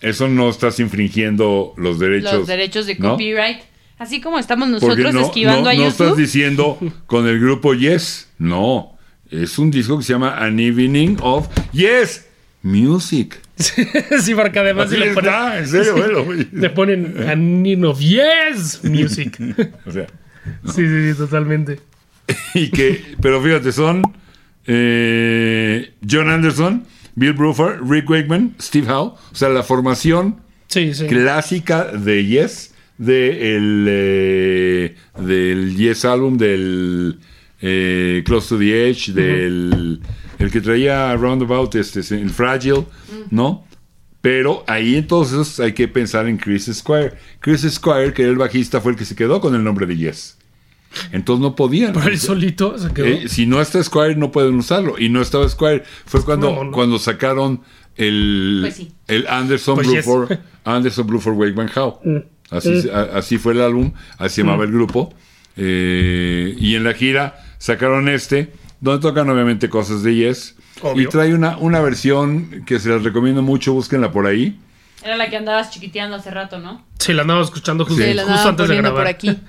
[SPEAKER 1] eso no estás infringiendo los derechos.
[SPEAKER 3] los derechos de
[SPEAKER 1] ¿no?
[SPEAKER 3] copyright. Así como estamos
[SPEAKER 1] Porque
[SPEAKER 3] nosotros
[SPEAKER 1] no,
[SPEAKER 3] esquivando
[SPEAKER 1] no-
[SPEAKER 3] a
[SPEAKER 1] no estás
[SPEAKER 3] YouTube.
[SPEAKER 1] diciendo con el grupo Yes. No. Es un disco que se llama An Evening of Yes Music.
[SPEAKER 2] sí, porque además
[SPEAKER 1] Así
[SPEAKER 2] si le ponen,
[SPEAKER 1] está, en serio, velo, güey.
[SPEAKER 2] le ponen a Nino Yes Music.
[SPEAKER 1] O sea,
[SPEAKER 2] sí, sí, sí, totalmente.
[SPEAKER 1] y que, pero fíjate, son eh, John Anderson, Bill Bruford, Rick Wakeman, Steve Howe. O sea, la formación
[SPEAKER 2] Sí, sí.
[SPEAKER 1] clásica de Yes, de el, eh, del Yes álbum, del eh, Close to the Edge, del el que traía Roundabout, este, el Fragile, ¿no? Pero ahí entonces hay que pensar en Chris Squire. Chris Squire, que era el bajista, fue el que se quedó con el nombre de Yes. Entonces no podían.
[SPEAKER 2] Pero él solito se quedó.
[SPEAKER 1] Eh, si no está Squire, no pueden usarlo. Y no estaba Squire. Fue cuando,
[SPEAKER 2] No, no.
[SPEAKER 1] cuando sacaron el,
[SPEAKER 3] Pues sí.
[SPEAKER 1] el Anderson
[SPEAKER 2] Pues yes. Mm,
[SPEAKER 1] Bluford, Anderson Bluford Wakeman Howe. Así, se- a- así fue el álbum, así se llamaba el grupo. Eh, y en la gira sacaron este, donde tocan obviamente cosas de Yes.
[SPEAKER 2] Obvio.
[SPEAKER 1] Y trae una, una versión que se las recomiendo mucho, búsquenla por ahí.
[SPEAKER 3] Era la que andabas chiquiteando hace rato, ¿no?
[SPEAKER 2] Sí, la andaba escuchando justo,
[SPEAKER 3] Sí, la
[SPEAKER 2] justo
[SPEAKER 3] andaban
[SPEAKER 2] antes de
[SPEAKER 3] poniendo
[SPEAKER 2] grabar.
[SPEAKER 3] por aquí.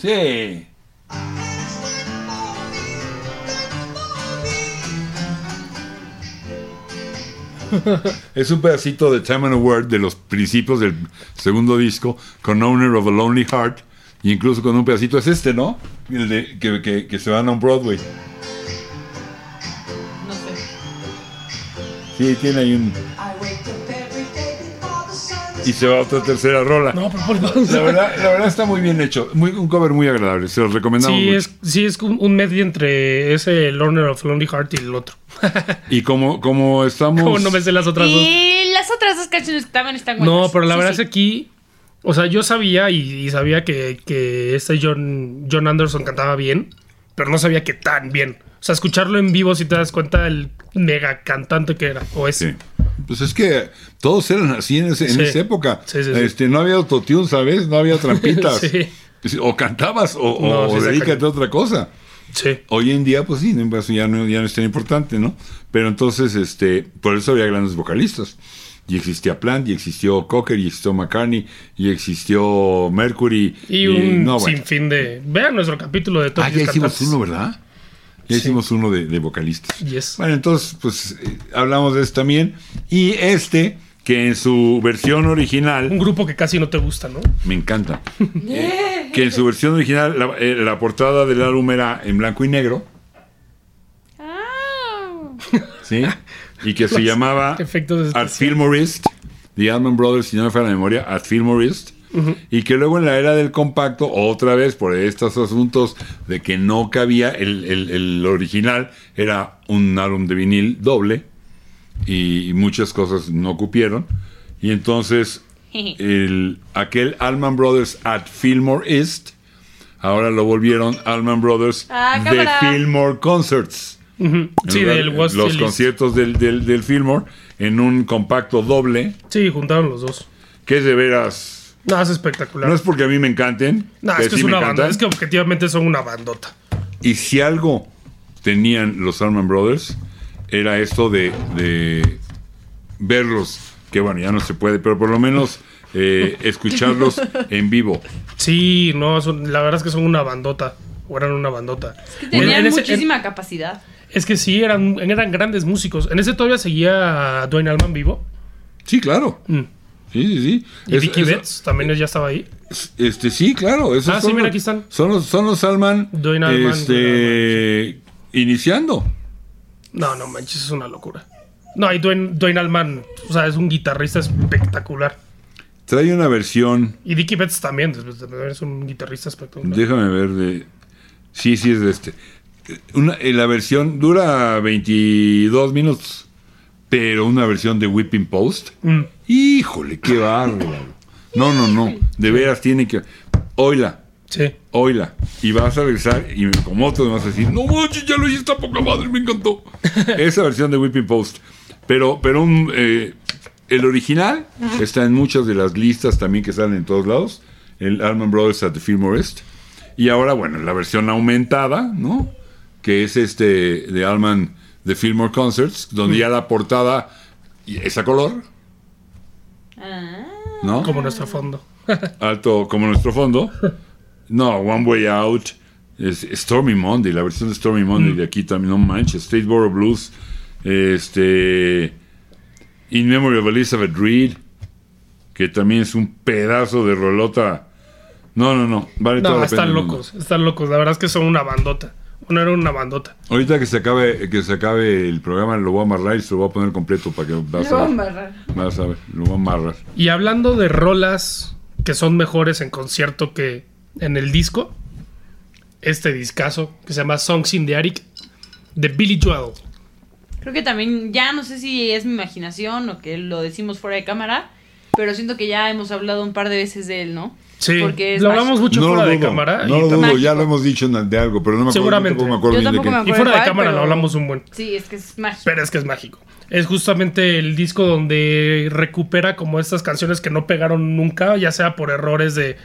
[SPEAKER 1] Sí. Es un pedacito de Time and Award de los principios del segundo disco con Owner of a Lonely Heart. Y incluso con un pedacito es este, ¿no? El de que, que- que se van a un Broadway.
[SPEAKER 3] No sé.
[SPEAKER 1] Sí, tiene ahí un. Y se va a otra tercera rola.
[SPEAKER 2] No, pero por favor.
[SPEAKER 1] La verdad, la verdad está muy bien hecho. Muy, un cover muy agradable. Se los recomendamos.
[SPEAKER 2] Sí,
[SPEAKER 1] mucho.
[SPEAKER 2] es, sí, es un, un medley entre ese Learner of Lonely Heart y el otro.
[SPEAKER 1] Y como, como estamos.
[SPEAKER 2] ¿Cómo no me sé las otras dos?
[SPEAKER 3] Y las otras dos canciones que también están buenas.
[SPEAKER 2] No, pero la
[SPEAKER 3] Sí,
[SPEAKER 2] verdad
[SPEAKER 3] sí.
[SPEAKER 2] es que aquí. O sea, yo sabía y, y sabía que, que este John, John Anderson cantaba bien, pero no sabía que tan bien. O sea, escucharlo en vivo, si te das cuenta del mega cantante que era, o es.
[SPEAKER 1] Sí. Pues es que todos eran así en, ese- en
[SPEAKER 2] Sí.
[SPEAKER 1] esa época.
[SPEAKER 2] Sí, sí, sí.
[SPEAKER 1] este, No había autotune, ¿sabes? No había trampitas. Pues,
[SPEAKER 2] Sí.
[SPEAKER 1] O cantabas o, o-
[SPEAKER 2] No, sí
[SPEAKER 1] o
[SPEAKER 2] se
[SPEAKER 1] dedícate
[SPEAKER 2] cañó.
[SPEAKER 1] a otra cosa.
[SPEAKER 2] Sí.
[SPEAKER 1] Hoy en día, pues sí, no, pues, ya no, ya no es tan importante, ¿no? Pero entonces, este, por eso había grandes vocalistas. Y existía Plant, y existió Cocker, y existió McCartney, y existió Mercury.
[SPEAKER 2] Y un
[SPEAKER 1] no, bueno.
[SPEAKER 2] sinfín de. Vean nuestro capítulo de Top
[SPEAKER 1] Ah,
[SPEAKER 2] 10
[SPEAKER 1] ya hicimos
[SPEAKER 2] cantantes.
[SPEAKER 1] uno, ¿verdad? Ya
[SPEAKER 2] Sí.
[SPEAKER 1] hicimos uno de, de vocalistas.
[SPEAKER 2] Yes.
[SPEAKER 1] Bueno, entonces, pues eh, hablamos de eso también. Y este, que en su versión
[SPEAKER 2] Un
[SPEAKER 1] original,
[SPEAKER 2] grupo que casi no te gusta, ¿no?
[SPEAKER 1] me encanta, Eh, que en su versión original la, eh, la portada del álbum era en blanco y negro,
[SPEAKER 3] Ah.
[SPEAKER 1] ¿sí? Y que se
[SPEAKER 2] Los
[SPEAKER 1] llamaba
[SPEAKER 2] efectos
[SPEAKER 1] At
[SPEAKER 2] especiales.
[SPEAKER 1] Filmorist, The Allman Brothers, si no me falla la memoria, At Filmorist. Y que luego en la era del compacto, otra vez por estos asuntos de que no cabía el, el- el original, era un álbum de vinil doble y, muchas cosas no cupieron. Y entonces el, aquel Allman Brothers at Fillmore East, ahora lo volvieron Allman Brothers
[SPEAKER 3] Ah,
[SPEAKER 1] de
[SPEAKER 3] cámara.
[SPEAKER 1] Fillmore Concerts. En
[SPEAKER 2] Sí,
[SPEAKER 1] lugar-
[SPEAKER 2] del West
[SPEAKER 1] Los
[SPEAKER 2] Phillies.
[SPEAKER 1] conciertos del, del, del Fillmore en un compacto doble,
[SPEAKER 2] Sí, juntaron los dos.
[SPEAKER 1] que es de veras.
[SPEAKER 2] No, es espectacular.
[SPEAKER 1] No es porque a mí me encanten.
[SPEAKER 2] No, es que
[SPEAKER 1] sí
[SPEAKER 2] es
[SPEAKER 1] me ¿eh?
[SPEAKER 2] una banda.
[SPEAKER 1] encantan.
[SPEAKER 2] Es que objetivamente son una bandota.
[SPEAKER 1] Y si algo tenían los Allman Brothers, era esto de, de verlos, que bueno, ya no se puede, pero por lo menos eh, escucharlos en vivo.
[SPEAKER 2] Sí, no, son- la verdad es que son una bandota. O eran una bandota.
[SPEAKER 3] Tenían
[SPEAKER 2] En ese- en-
[SPEAKER 3] muchísima capacidad.
[SPEAKER 2] es que sí, eran, eran grandes músicos. En ese todavía seguía Dwayne Allman vivo.
[SPEAKER 1] Sí, claro.
[SPEAKER 2] Mm.
[SPEAKER 1] Sí, sí, sí.
[SPEAKER 2] Y
[SPEAKER 1] Es-
[SPEAKER 2] Vicky
[SPEAKER 1] eso-
[SPEAKER 2] Betts también ya estaba ahí.
[SPEAKER 1] Este, sí, claro. esos
[SPEAKER 2] Ah, sí,
[SPEAKER 1] son
[SPEAKER 2] mira,
[SPEAKER 1] los-
[SPEAKER 2] aquí están.
[SPEAKER 1] Son los, son los Allman,
[SPEAKER 2] Dwayne Allman,
[SPEAKER 1] este,
[SPEAKER 2] Dwayne
[SPEAKER 1] iniciando.
[SPEAKER 2] No, no manches, es una locura. No, y Dwayne, Dwayne Allman, o sea, es un guitarrista espectacular.
[SPEAKER 1] Trae una versión,
[SPEAKER 2] Y Dicky Betts también, después de- también es un guitarrista espectacular.
[SPEAKER 1] déjame ver, de... Sí, sí, es de este. Una, eh, la versión dura 22 minutos, pero una versión de Whipping Post.
[SPEAKER 2] Mm.
[SPEAKER 1] Híjole, qué bárbaro. No, no, no. De veras tiene que... Oila,
[SPEAKER 2] Sí.
[SPEAKER 1] oila. Y vas a regresar y como otros vas a decir, no manches, ya lo hice esta poca madre, me encantó. Esa versión de Whipping Post. Pero, pero un, eh, el original está en muchas de las listas también que salen en todos lados. El Allman Brothers at the Fillmore East. Y ahora, bueno, la versión aumentada, ¿no? Que es este de Allman, de Fillmore Concerts, donde ya la portada es a color,
[SPEAKER 3] Ah.
[SPEAKER 1] ¿no?
[SPEAKER 2] Como nuestro fondo.
[SPEAKER 1] Alto como nuestro fondo. No, One Way Out, es- Stormy Monday, la versión de Stormy
[SPEAKER 2] Mm.
[SPEAKER 1] Monday de aquí también, no manches, Statesboro Blues, este, In Memory of Elizabeth Reed, que también es un pedazo de rolota. No, no, no, vale toda
[SPEAKER 2] No,
[SPEAKER 1] la
[SPEAKER 2] están
[SPEAKER 1] pena del mundo.
[SPEAKER 2] locos, están locos. La verdad es que son una bandota. Bueno, era una bandota.
[SPEAKER 1] Ahorita que se acabe que se acabe el programa lo voy a amarrar y se lo voy a poner completo para que vas a ver. Vas a ver, lo voy a amarrar.
[SPEAKER 2] Y hablando de rolas que son mejores en concierto que en el disco, este discazo que se llama Songs in the Attic de Billy Joel.
[SPEAKER 3] Creo que también, ya no sé si es mi imaginación o que lo decimos fuera de cámara, pero siento que ya hemos hablado un par de veces de él, ¿no?
[SPEAKER 2] Sí,
[SPEAKER 3] Porque es
[SPEAKER 2] lo
[SPEAKER 3] más-
[SPEAKER 2] hablamos mucho
[SPEAKER 1] No lo
[SPEAKER 2] fuera de
[SPEAKER 1] dudo,
[SPEAKER 2] cámara.
[SPEAKER 1] No
[SPEAKER 2] y,
[SPEAKER 1] lo
[SPEAKER 2] tam-
[SPEAKER 1] dudo, ya
[SPEAKER 3] mágico.
[SPEAKER 1] lo hemos dicho en- de algo, pero no me acuerdo.
[SPEAKER 2] Seguramente.
[SPEAKER 1] tampoco me acuerdo
[SPEAKER 3] Yo
[SPEAKER 1] bien de
[SPEAKER 3] tampoco
[SPEAKER 1] qué.
[SPEAKER 3] me acuerdo.
[SPEAKER 2] y fuera de
[SPEAKER 3] Igual,
[SPEAKER 2] cámara lo
[SPEAKER 3] pero-
[SPEAKER 2] hablamos un buen.
[SPEAKER 3] Sí, es que es mágico.
[SPEAKER 2] Pero es que es mágico. Es justamente el disco donde recupera como estas canciones que no pegaron nunca, ya sea por errores de,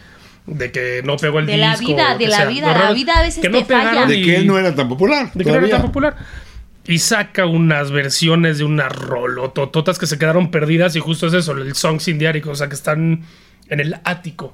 [SPEAKER 2] de que no pegó el
[SPEAKER 3] De la
[SPEAKER 2] disco.
[SPEAKER 3] vida,
[SPEAKER 2] o que
[SPEAKER 3] de la
[SPEAKER 2] sea.
[SPEAKER 3] vida, la
[SPEAKER 2] Errores
[SPEAKER 3] vida a veces
[SPEAKER 2] que no
[SPEAKER 3] te falla.
[SPEAKER 2] pegaron
[SPEAKER 1] De
[SPEAKER 2] y-
[SPEAKER 1] que él no era tan popular.
[SPEAKER 2] de que no era
[SPEAKER 1] todavía.
[SPEAKER 2] tan popular. Y saca unas versiones de unas rolotototas que se quedaron perdidas y justo es eso, el song sin diario, o sea, que están en el ático.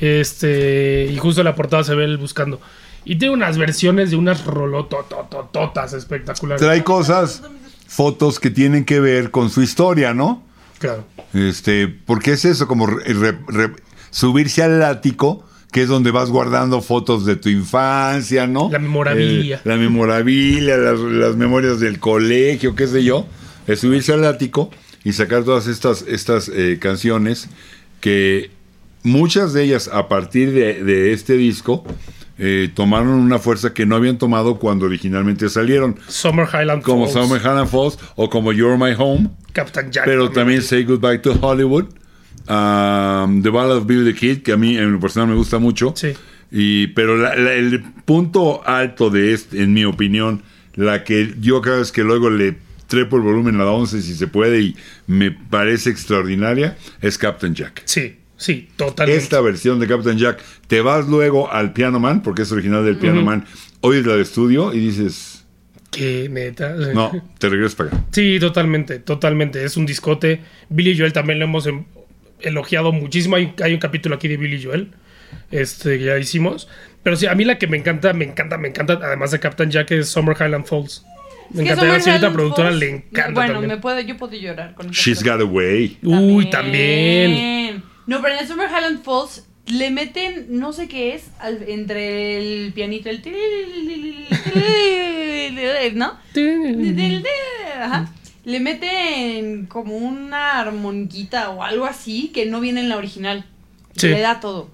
[SPEAKER 2] Este, y justo en la portada se ve él buscando. Y tiene unas versiones de unas rolototototas espectaculares.
[SPEAKER 1] Trae cosas, fotos que tienen que ver con su historia, ¿no?
[SPEAKER 2] Claro.
[SPEAKER 1] Este, porque es eso, como re- re- re- subirse al ático, que es donde vas guardando fotos de tu infancia, ¿no?
[SPEAKER 2] La memorabilia.
[SPEAKER 1] El- la memorabilia, las, las memorias del colegio, qué sé yo. Es subirse al ático y sacar todas estas, estas eh, canciones que muchas de ellas a partir de, de este disco eh, tomaron una fuerza que no habían tomado cuando originalmente salieron.
[SPEAKER 2] Summer Highland
[SPEAKER 1] Como
[SPEAKER 2] Falls,
[SPEAKER 1] Summer Hannah Falls o como You're My Home.
[SPEAKER 2] Captain Jack.
[SPEAKER 1] Pero también Say Goodbye to Hollywood. um, the Ballad of Billy the Kid, que a mí en lo personal me gusta mucho.
[SPEAKER 2] Sí.
[SPEAKER 1] Y, pero la- la- el punto alto de este, en mi opinión, la que yo cada vez que luego le trepo el volumen a la 11 si se puede y me parece extraordinaria, es Captain Jack.
[SPEAKER 2] Sí, sí, totalmente.
[SPEAKER 1] Esta versión de Captain Jack, te vas luego al Piano Man, porque es original del Piano Man, oyes la de estudio y dices,
[SPEAKER 2] Qué neta.
[SPEAKER 1] no, te regresas para acá.
[SPEAKER 2] Sí, totalmente, totalmente. Es un discote. Billy Joel también lo hemos em- elogiado muchísimo. Hay, hay un capítulo aquí de Billy Joel. Este, que ya hicimos. Pero sí, a mí la que me encanta, me encanta, me encanta, además de Captain Jack, es Summer Highland Falls. Me
[SPEAKER 3] Es
[SPEAKER 2] encanta.
[SPEAKER 3] que
[SPEAKER 2] A la
[SPEAKER 3] Summer
[SPEAKER 2] señorita
[SPEAKER 3] Highland
[SPEAKER 2] productora
[SPEAKER 3] Falls-
[SPEAKER 2] le encanta.
[SPEAKER 3] Bueno,
[SPEAKER 2] también.
[SPEAKER 3] me puedo, yo puedo llorar con esa
[SPEAKER 1] She's
[SPEAKER 3] canción.
[SPEAKER 1] got away.
[SPEAKER 2] Uy, también.
[SPEAKER 3] No, pero en el Summer Highland Falls le meten, no sé qué es, al- entre el pianito, el... ¿No?
[SPEAKER 2] Mm.
[SPEAKER 3] Ajá. Le meten como una armoniquita o algo así que no viene en la original.
[SPEAKER 2] Sí.
[SPEAKER 3] Le da todo.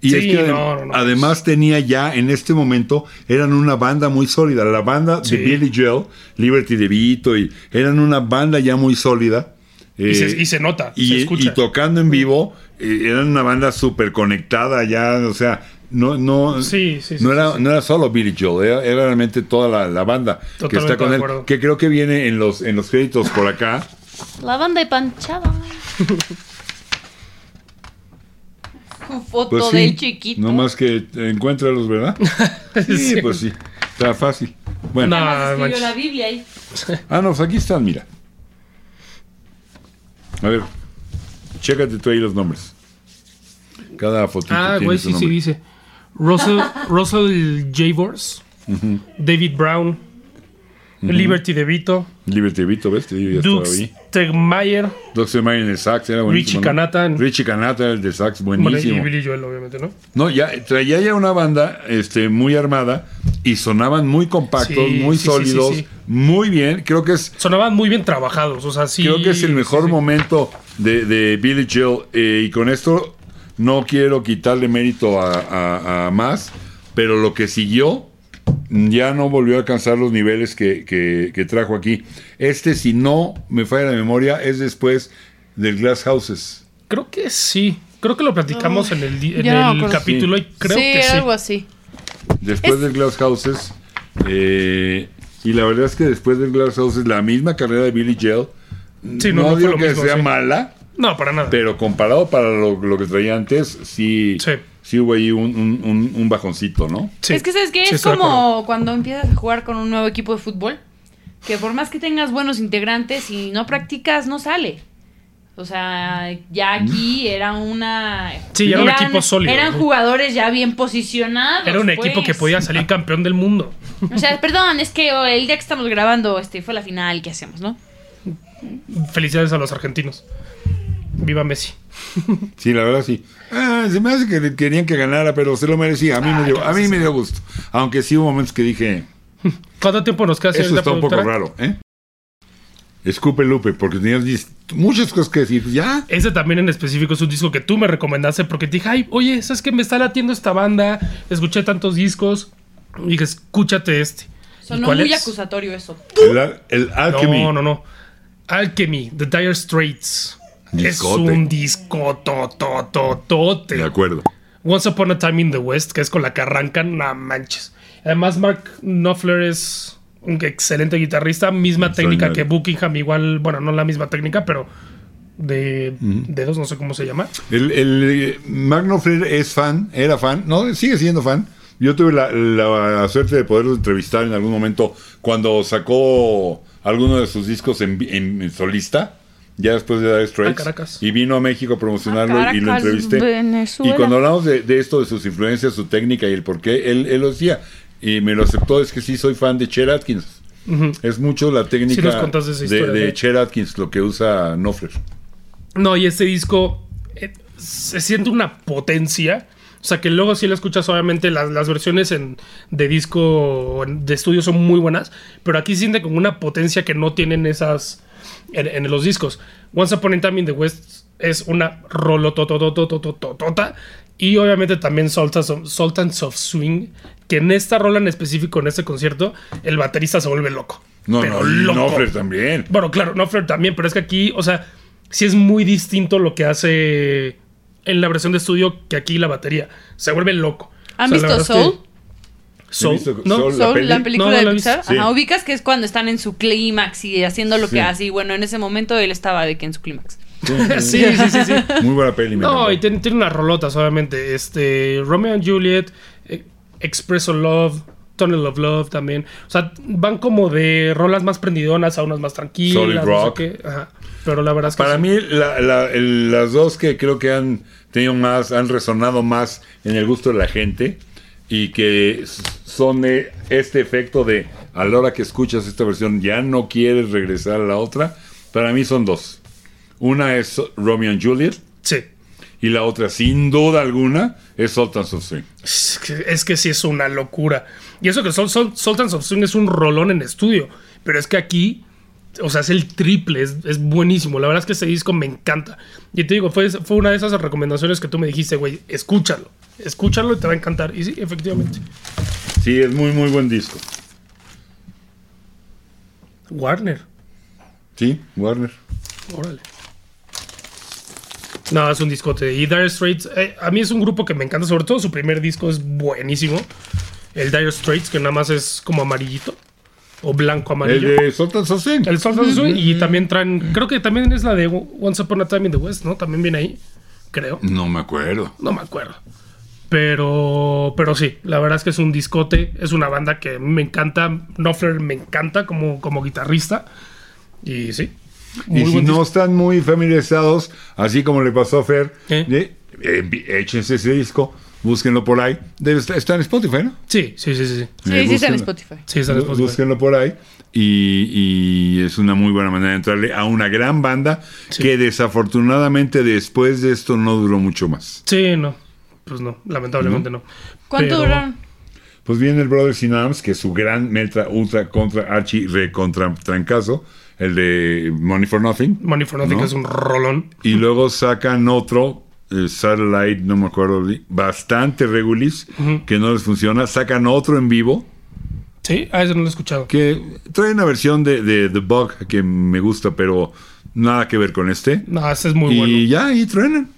[SPEAKER 1] Y
[SPEAKER 2] Sí,
[SPEAKER 1] es que adem-
[SPEAKER 2] no, no, pues. no.
[SPEAKER 1] además tenía ya en este momento, eran una banda muy sólida. La banda
[SPEAKER 2] Sí.
[SPEAKER 1] de Billy Joel, Liberty DeVito, y eran una banda ya muy sólida.
[SPEAKER 2] Y, se,
[SPEAKER 1] eh,
[SPEAKER 2] y se nota,
[SPEAKER 1] y-
[SPEAKER 2] se escucha. Mm.
[SPEAKER 1] y tocando en vivo, eh, eran una banda súper conectada ya, o sea, no, no,
[SPEAKER 2] Sí, sí, sí,
[SPEAKER 1] no,
[SPEAKER 2] sí,
[SPEAKER 1] era, no era solo Billy Joel, era, era realmente toda la, la banda que
[SPEAKER 2] Totalmente
[SPEAKER 1] está con
[SPEAKER 2] de
[SPEAKER 1] él,
[SPEAKER 2] acuerdo.
[SPEAKER 1] que creo que viene en los, en los créditos por acá.
[SPEAKER 3] La banda de panchada. Su foto
[SPEAKER 1] Pues sí,
[SPEAKER 3] del chiquito.
[SPEAKER 1] No más que encuéntralos, ¿verdad? Sí,
[SPEAKER 2] Sí.
[SPEAKER 1] pues sí, está fácil. Bueno.
[SPEAKER 2] No,
[SPEAKER 3] Nada más escribió
[SPEAKER 2] manches.
[SPEAKER 3] la Biblia ahí.
[SPEAKER 1] Ah, no, pues aquí están, mira. A ver, chécate tú ahí los nombres. Cada fotito
[SPEAKER 2] Ah,
[SPEAKER 1] tiene
[SPEAKER 2] güey,
[SPEAKER 1] su
[SPEAKER 2] sí, sí,
[SPEAKER 1] nombre.
[SPEAKER 2] dice. Russell, Russell Javors, David Brown, Liberty DeVito,
[SPEAKER 1] Liberty Vito, ¿ves? Te digo, ya estaba
[SPEAKER 2] Dux
[SPEAKER 1] ahí.
[SPEAKER 2] Tegmayer
[SPEAKER 1] Doug Mayer en el sax, era buenísimo.
[SPEAKER 2] Richie
[SPEAKER 1] ¿no?
[SPEAKER 2] Canata en-
[SPEAKER 1] Richie Canata, el de sax,
[SPEAKER 2] bueno, y
[SPEAKER 1] buenísimo.
[SPEAKER 2] Billy Joel, obviamente, ¿no?
[SPEAKER 1] No, ya traía ya una banda este, muy armada y sonaban muy compactos,
[SPEAKER 2] Sí,
[SPEAKER 1] muy
[SPEAKER 2] sí, sí,
[SPEAKER 1] sólidos,
[SPEAKER 2] sí, sí.
[SPEAKER 1] muy bien. Creo que es
[SPEAKER 2] Sonaban muy bien trabajados, o sea, sí.
[SPEAKER 1] Creo que es el mejor
[SPEAKER 2] sí, sí.
[SPEAKER 1] momento de, de Billy Joel. eh, y con esto no quiero quitarle mérito a, a- a más, pero lo que siguió ya no volvió a alcanzar los niveles que, que- que trajo aquí. Este, si no me falla la memoria, es después del Glass Houses.
[SPEAKER 2] Creo que sí. Creo que lo platicamos en el, di- en
[SPEAKER 3] Ah, ya no me
[SPEAKER 2] el
[SPEAKER 3] acuerdo.
[SPEAKER 2] capítulo y creo
[SPEAKER 3] sí,
[SPEAKER 2] que
[SPEAKER 3] era
[SPEAKER 2] sí.
[SPEAKER 3] algo así.
[SPEAKER 1] Después
[SPEAKER 3] Es-
[SPEAKER 1] del Glass Houses. eh, y la verdad es que después del Glass Houses, la misma carrera de Billy Joel.
[SPEAKER 2] Sí,
[SPEAKER 1] no,
[SPEAKER 2] no, no fue
[SPEAKER 1] digo
[SPEAKER 2] lo
[SPEAKER 1] que
[SPEAKER 2] mismo,
[SPEAKER 1] sea
[SPEAKER 2] sí.
[SPEAKER 1] mala.
[SPEAKER 2] No, para nada.
[SPEAKER 1] Pero comparado para lo, lo que traía antes, sí,
[SPEAKER 2] Sí.
[SPEAKER 1] sí. hubo ahí un, un- un- un bajoncito, ¿no?
[SPEAKER 2] Sí.
[SPEAKER 3] Es que, ¿sabes qué?
[SPEAKER 2] Sí,
[SPEAKER 3] es
[SPEAKER 2] estoy de acuerdo.
[SPEAKER 3] como cuando empiezas a jugar con un nuevo equipo de fútbol. que por más que tengas buenos integrantes, si no practicas, no sale. O sea, ya aquí era una.
[SPEAKER 2] Mm. Sí, ya era un equipo sólido.
[SPEAKER 3] Eran jugadores ya bien posicionados.
[SPEAKER 2] Era un equipo
[SPEAKER 3] pues.
[SPEAKER 2] que podía salir campeón del mundo.
[SPEAKER 3] O sea, perdón, es que oh, el día que estamos grabando este fue la final que hacemos, ¿no?
[SPEAKER 2] Felicidades a los argentinos. Viva Messi.
[SPEAKER 1] Sí, la verdad sí. Ah, se me hace que le- querían que ganara, pero se lo merecía. A mí, me, dio, a mí me dio gusto. Aunque sí hubo momentos que dije,
[SPEAKER 2] ¿Cuánto tiempo nos queda?
[SPEAKER 1] eso
[SPEAKER 2] señorita
[SPEAKER 1] está un poco
[SPEAKER 2] productora?
[SPEAKER 1] raro, ¿eh? Escupe Lupe, porque tenías dis- muchas cosas que decir. Ya,
[SPEAKER 2] Ese también en específico es un disco que tú me recomendaste porque te dije, ay, oye, ¿sabes que Me está latiendo esta banda, escuché tantos discos. Y dije, escúchate este. ¿Y
[SPEAKER 3] Sonó
[SPEAKER 2] cuál
[SPEAKER 3] muy
[SPEAKER 2] es?
[SPEAKER 3] acusatorio eso.
[SPEAKER 1] el, al- el Alchemy.
[SPEAKER 2] No, no, no. Alchemy, The Dire Straits.
[SPEAKER 1] Discote.
[SPEAKER 2] Es un disco totototote.
[SPEAKER 1] De acuerdo.
[SPEAKER 2] Once Upon a Time in the West, que es con la que arrancan, no manches. Además, Mark Knopfler es un excelente guitarrista, misma técnica
[SPEAKER 1] Extraordinario.
[SPEAKER 2] que Buckingham, igual, bueno, no la misma técnica, pero de dedos, no sé cómo se llama.
[SPEAKER 1] El, el, eh, Magno Flair es fan, era fan, no, sigue siendo fan. Yo tuve la, la suerte de poderlo entrevistar en algún momento cuando sacó alguno de sus discos en, vi- en- en solista, ya después de Dire Straits.
[SPEAKER 2] Ah, Caracas.
[SPEAKER 1] Y vino a México a promocionarlo
[SPEAKER 3] Ah,
[SPEAKER 1] y lo
[SPEAKER 3] Caracas,
[SPEAKER 1] entrevisté.
[SPEAKER 3] Venezuela.
[SPEAKER 1] Y cuando hablamos de, de esto, de sus influencias, su técnica y el por qué, él, él lo decía. Y me lo aceptó, es que sí soy fan de Cher Atkins. Es mucho la técnica
[SPEAKER 2] nos contaste esa
[SPEAKER 1] de,
[SPEAKER 2] historia,
[SPEAKER 1] de
[SPEAKER 2] ¿no?
[SPEAKER 1] Cher Atkins, lo que usa Knopfler.
[SPEAKER 2] No, y este disco eh, se siente una potencia. O sea, que luego si la escuchas, obviamente las, las versiones en, de disco en- de estudio son muy buenas, pero aquí siente como una potencia que no tienen esas en, en los discos. Once Upon a Time in the West es una rolototototototota y obviamente también Sultans of, Sultans of Swing, que en esta rola en específico, en este concierto, el baterista se vuelve loco.
[SPEAKER 1] No,
[SPEAKER 2] pero
[SPEAKER 1] no, y Knopfler también.
[SPEAKER 2] bueno, claro, Knopfler también, pero es que aquí, o sea, sí es muy distinto lo que hace en la versión de estudio que aquí la batería. Se vuelve loco.
[SPEAKER 3] ¿Han
[SPEAKER 2] O sea, la
[SPEAKER 3] visto
[SPEAKER 2] verdad es
[SPEAKER 3] Soul?
[SPEAKER 2] que- Soul,
[SPEAKER 1] ¿He visto
[SPEAKER 2] ¿no?
[SPEAKER 1] Soul? ¿La
[SPEAKER 3] Soul,
[SPEAKER 1] peli?
[SPEAKER 3] la
[SPEAKER 2] No,
[SPEAKER 3] película
[SPEAKER 2] no
[SPEAKER 3] de
[SPEAKER 2] la he
[SPEAKER 3] Pixar.
[SPEAKER 1] visto.
[SPEAKER 3] Ajá,
[SPEAKER 1] Sí.
[SPEAKER 3] ubicas que es cuando están en su clímax y haciendo lo
[SPEAKER 1] Sí.
[SPEAKER 3] que hace. Y bueno, en ese momento él estaba de que en su clímax.
[SPEAKER 2] sí, sí, sí, sí.
[SPEAKER 1] Muy buena peli. me
[SPEAKER 2] No,
[SPEAKER 1] encantó.
[SPEAKER 2] y tiene, tiene unas rolotas, obviamente. Este, Romeo and Juliet, eh, Express of Love, Tunnel of Love también. O sea, van como de rolas más prendidonas a unas más tranquilas.
[SPEAKER 1] Solid
[SPEAKER 2] no sé
[SPEAKER 1] rock.
[SPEAKER 2] qué. Ajá. Pero la verdad es que
[SPEAKER 1] Para
[SPEAKER 2] sí.
[SPEAKER 1] mí, la- la- el- las dos que creo que han tenido más, han resonado más en el gusto de la gente y que s- son eh, este efecto de a la hora que escuchas esta versión ya no quieres regresar a la otra, para mí son dos. Una es Romeo and Juliet
[SPEAKER 2] Sí.
[SPEAKER 1] y la otra, sin duda alguna, es Sultans of Swing.
[SPEAKER 2] Es que, es que sí es una locura. Y eso que Sol, Sol- Sultans of Swing es un rolón en estudio. Pero es que aquí, o sea, es el triple, es, es buenísimo. La verdad es que ese disco me encanta. Y te digo, fue, fue una de esas recomendaciones que tú me dijiste, güey, escúchalo. Escúchalo y te va a encantar. Y sí, efectivamente.
[SPEAKER 1] Sí, es muy, muy buen disco.
[SPEAKER 2] Warner,
[SPEAKER 1] Sí, Warner.
[SPEAKER 2] órale. No, es un discote. Y Dire Straits, eh, a mí es un grupo que me encanta, sobre todo su primer disco es buenísimo. El Dire Straits, que nada más es como amarillito o blanco
[SPEAKER 1] El
[SPEAKER 2] amarillo.
[SPEAKER 1] de Sultans of Swing.
[SPEAKER 2] El Sol y también traen, creo que también es la de Once Upon a Time in the West, ¿no? También viene ahí, creo.
[SPEAKER 1] No me acuerdo.
[SPEAKER 2] No me acuerdo. Pero, pero sí, la verdad es que es un discote, es una banda que me encanta, Knopfler me encanta como, como guitarrista. Y sí, muy
[SPEAKER 1] y si
[SPEAKER 2] buen
[SPEAKER 1] no
[SPEAKER 2] disco.
[SPEAKER 1] están muy familiarizados, así como le pasó a Fer,
[SPEAKER 2] ¿Eh?
[SPEAKER 1] de- eh, vi- échense ese disco, búsquenlo por ahí. Debe estar- está en Spotify, ¿no?
[SPEAKER 2] Sí, sí, sí, sí. Sí,
[SPEAKER 3] Sí,
[SPEAKER 1] Eh,
[SPEAKER 3] sí, está en
[SPEAKER 1] búsquenlo.
[SPEAKER 3] Spotify.
[SPEAKER 2] Sí, está en
[SPEAKER 1] Bú-
[SPEAKER 2] Spotify.
[SPEAKER 1] Búsquenlo por ahí. Y, y es una muy buena manera de entrarle a una gran banda
[SPEAKER 2] Sí.
[SPEAKER 1] que desafortunadamente después de esto no duró mucho más.
[SPEAKER 2] Sí, no. Pues no, lamentablemente no.
[SPEAKER 3] ¿Cuánto
[SPEAKER 2] Pero-
[SPEAKER 3] duraron?
[SPEAKER 1] Pues viene el Brothers in Arms, que es su gran meltra ultra contra archi re contra trancazo, el de Money for Nothing.
[SPEAKER 2] Money for Nothing
[SPEAKER 1] ¿No?
[SPEAKER 2] es un rolón.
[SPEAKER 1] Y luego sacan otro, eh, Satellite, no me acuerdo, li- bastante regulis, que no les funciona. Sacan otro en vivo,
[SPEAKER 2] Sí, a eso no lo he escuchado.
[SPEAKER 1] que trae una versión de, de The Bug que me gusta, pero nada que ver con este.
[SPEAKER 2] No, ese es muy
[SPEAKER 1] y
[SPEAKER 2] bueno.
[SPEAKER 1] ya, ahí truenan.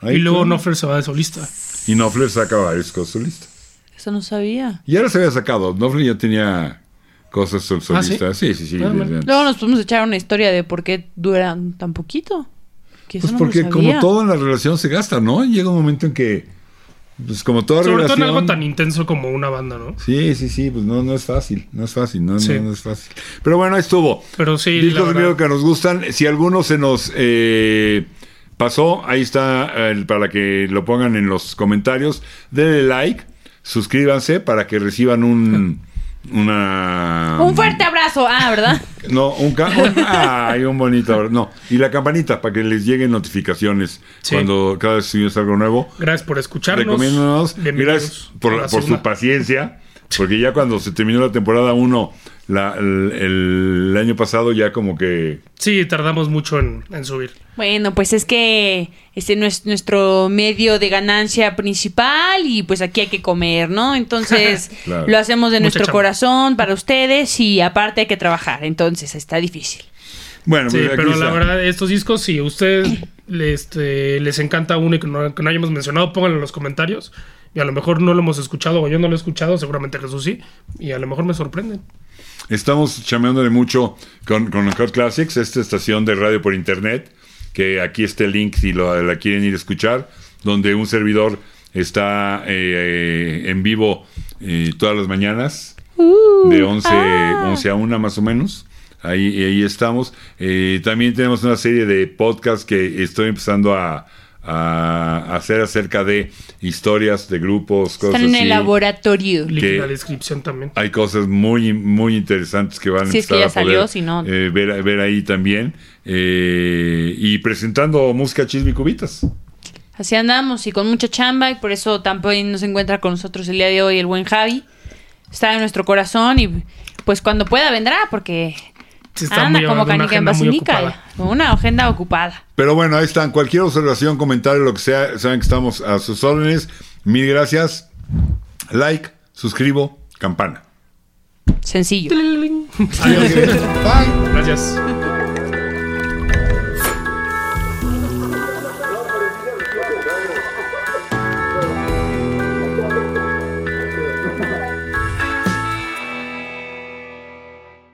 [SPEAKER 1] Ahí
[SPEAKER 2] Y luego
[SPEAKER 1] truenan.
[SPEAKER 2] Knopfler se va de solista.
[SPEAKER 1] Y Knopfler saca varias cosas solistas.
[SPEAKER 3] Eso no sabía.
[SPEAKER 1] Y ahora se había sacado, Knopfler ya tenía cosas sol- solistas. sí, sí, sí.
[SPEAKER 2] Ah,
[SPEAKER 1] desde
[SPEAKER 2] bueno.
[SPEAKER 1] antes.
[SPEAKER 3] Luego nos podemos echar una historia de por qué duran tan poquito. Que eso
[SPEAKER 1] Pues
[SPEAKER 3] no lo
[SPEAKER 1] porque como
[SPEAKER 3] sabía.
[SPEAKER 1] todo en la relación se gasta, ¿no? Llega un momento en que Pues como toda
[SPEAKER 2] Sobre todo en
[SPEAKER 1] relación.
[SPEAKER 2] algo tan intenso como una banda, ¿no?
[SPEAKER 1] Sí, sí, sí, pues no, no es fácil, no es fácil, no,
[SPEAKER 2] Sí.
[SPEAKER 1] no, no es fácil. Pero bueno, ahí estuvo.
[SPEAKER 2] Pero sí, la
[SPEAKER 1] Discos de
[SPEAKER 2] verdad.
[SPEAKER 1] miedo que nos gustan. Si alguno se nos eh, pasó, ahí está eh, para que lo pongan en los comentarios. Denle like, suscríbanse para que reciban un una
[SPEAKER 3] Un fuerte abrazo. Ah, ¿verdad?
[SPEAKER 1] no, un, ca- un- ay, un bonito. abra- No, y la campanita para que les lleguen notificaciones
[SPEAKER 2] Sí.
[SPEAKER 1] cuando cada vez subimos algo nuevo.
[SPEAKER 2] Gracias por escucharnos.
[SPEAKER 1] Recomiéndonos.
[SPEAKER 2] Bienvenidos
[SPEAKER 1] Gracias por,
[SPEAKER 2] a la
[SPEAKER 1] por su
[SPEAKER 2] segunda.
[SPEAKER 1] paciencia. Porque ya cuando se terminó la temporada 1 el, el año pasado, ya como que.
[SPEAKER 2] Sí, tardamos mucho en, en subir.
[SPEAKER 3] Bueno, pues es que este no es nuestro medio de ganancia principal y pues aquí hay que comer, ¿no? Entonces
[SPEAKER 1] Claro.
[SPEAKER 3] lo hacemos de
[SPEAKER 2] Mucha
[SPEAKER 3] nuestro
[SPEAKER 2] chamba.
[SPEAKER 3] corazón para ustedes y aparte hay que trabajar, entonces está difícil.
[SPEAKER 1] Bueno,
[SPEAKER 2] Sí,
[SPEAKER 1] pues aquí
[SPEAKER 2] pero la
[SPEAKER 1] está.
[SPEAKER 2] verdad, estos discos, si a ustedes le- este, les encanta uno y que no, que no hayamos mencionado, pónganlo en los comentarios. Y a lo mejor no lo hemos escuchado o yo no lo he escuchado, seguramente Jesús sí. Y a lo mejor me sorprenden.
[SPEAKER 1] Estamos chameándole mucho con, con Hot Classics, esta estación de radio por internet, que aquí está el link si lo, la quieren ir a escuchar, donde un servidor está eh, eh, en vivo eh, todas las mañanas, de 11,
[SPEAKER 3] Uh, ah.
[SPEAKER 1] 11 a 1 más o menos. Ahí, ahí estamos. Eh, también tenemos una serie de podcasts que estoy empezando a, a hacer acerca de historias de grupos, cosas
[SPEAKER 3] Están en el
[SPEAKER 1] así.
[SPEAKER 3] laboratorio.
[SPEAKER 2] Link
[SPEAKER 1] ¿Qué?
[SPEAKER 2] en la descripción también.
[SPEAKER 1] Hay cosas muy, muy interesantes que van a
[SPEAKER 3] Si es que
[SPEAKER 1] empezar
[SPEAKER 3] ya
[SPEAKER 1] a poder,
[SPEAKER 3] salió, si no.
[SPEAKER 1] eh, ver, ver ahí también. Eh, y presentando música chisme y cubitas.
[SPEAKER 3] Así andamos y con mucha chamba y por eso también nos encuentra con nosotros el día de hoy el buen Javi. Está en nuestro corazón y pues cuando pueda vendrá porque
[SPEAKER 2] Sí, está
[SPEAKER 3] anda
[SPEAKER 2] muy-
[SPEAKER 3] como
[SPEAKER 2] una
[SPEAKER 3] canica en
[SPEAKER 2] agenda muy
[SPEAKER 3] basinica,
[SPEAKER 2] ocupada.
[SPEAKER 3] una agenda ocupada.
[SPEAKER 1] Pero bueno, ahí están. Cualquier observación, comentario, lo que sea, saben que estamos a sus órdenes. Mil gracias. Like, suscribo, campana.
[SPEAKER 3] Sencillo.
[SPEAKER 2] Tling, tling.
[SPEAKER 1] Bye.
[SPEAKER 2] Gracias.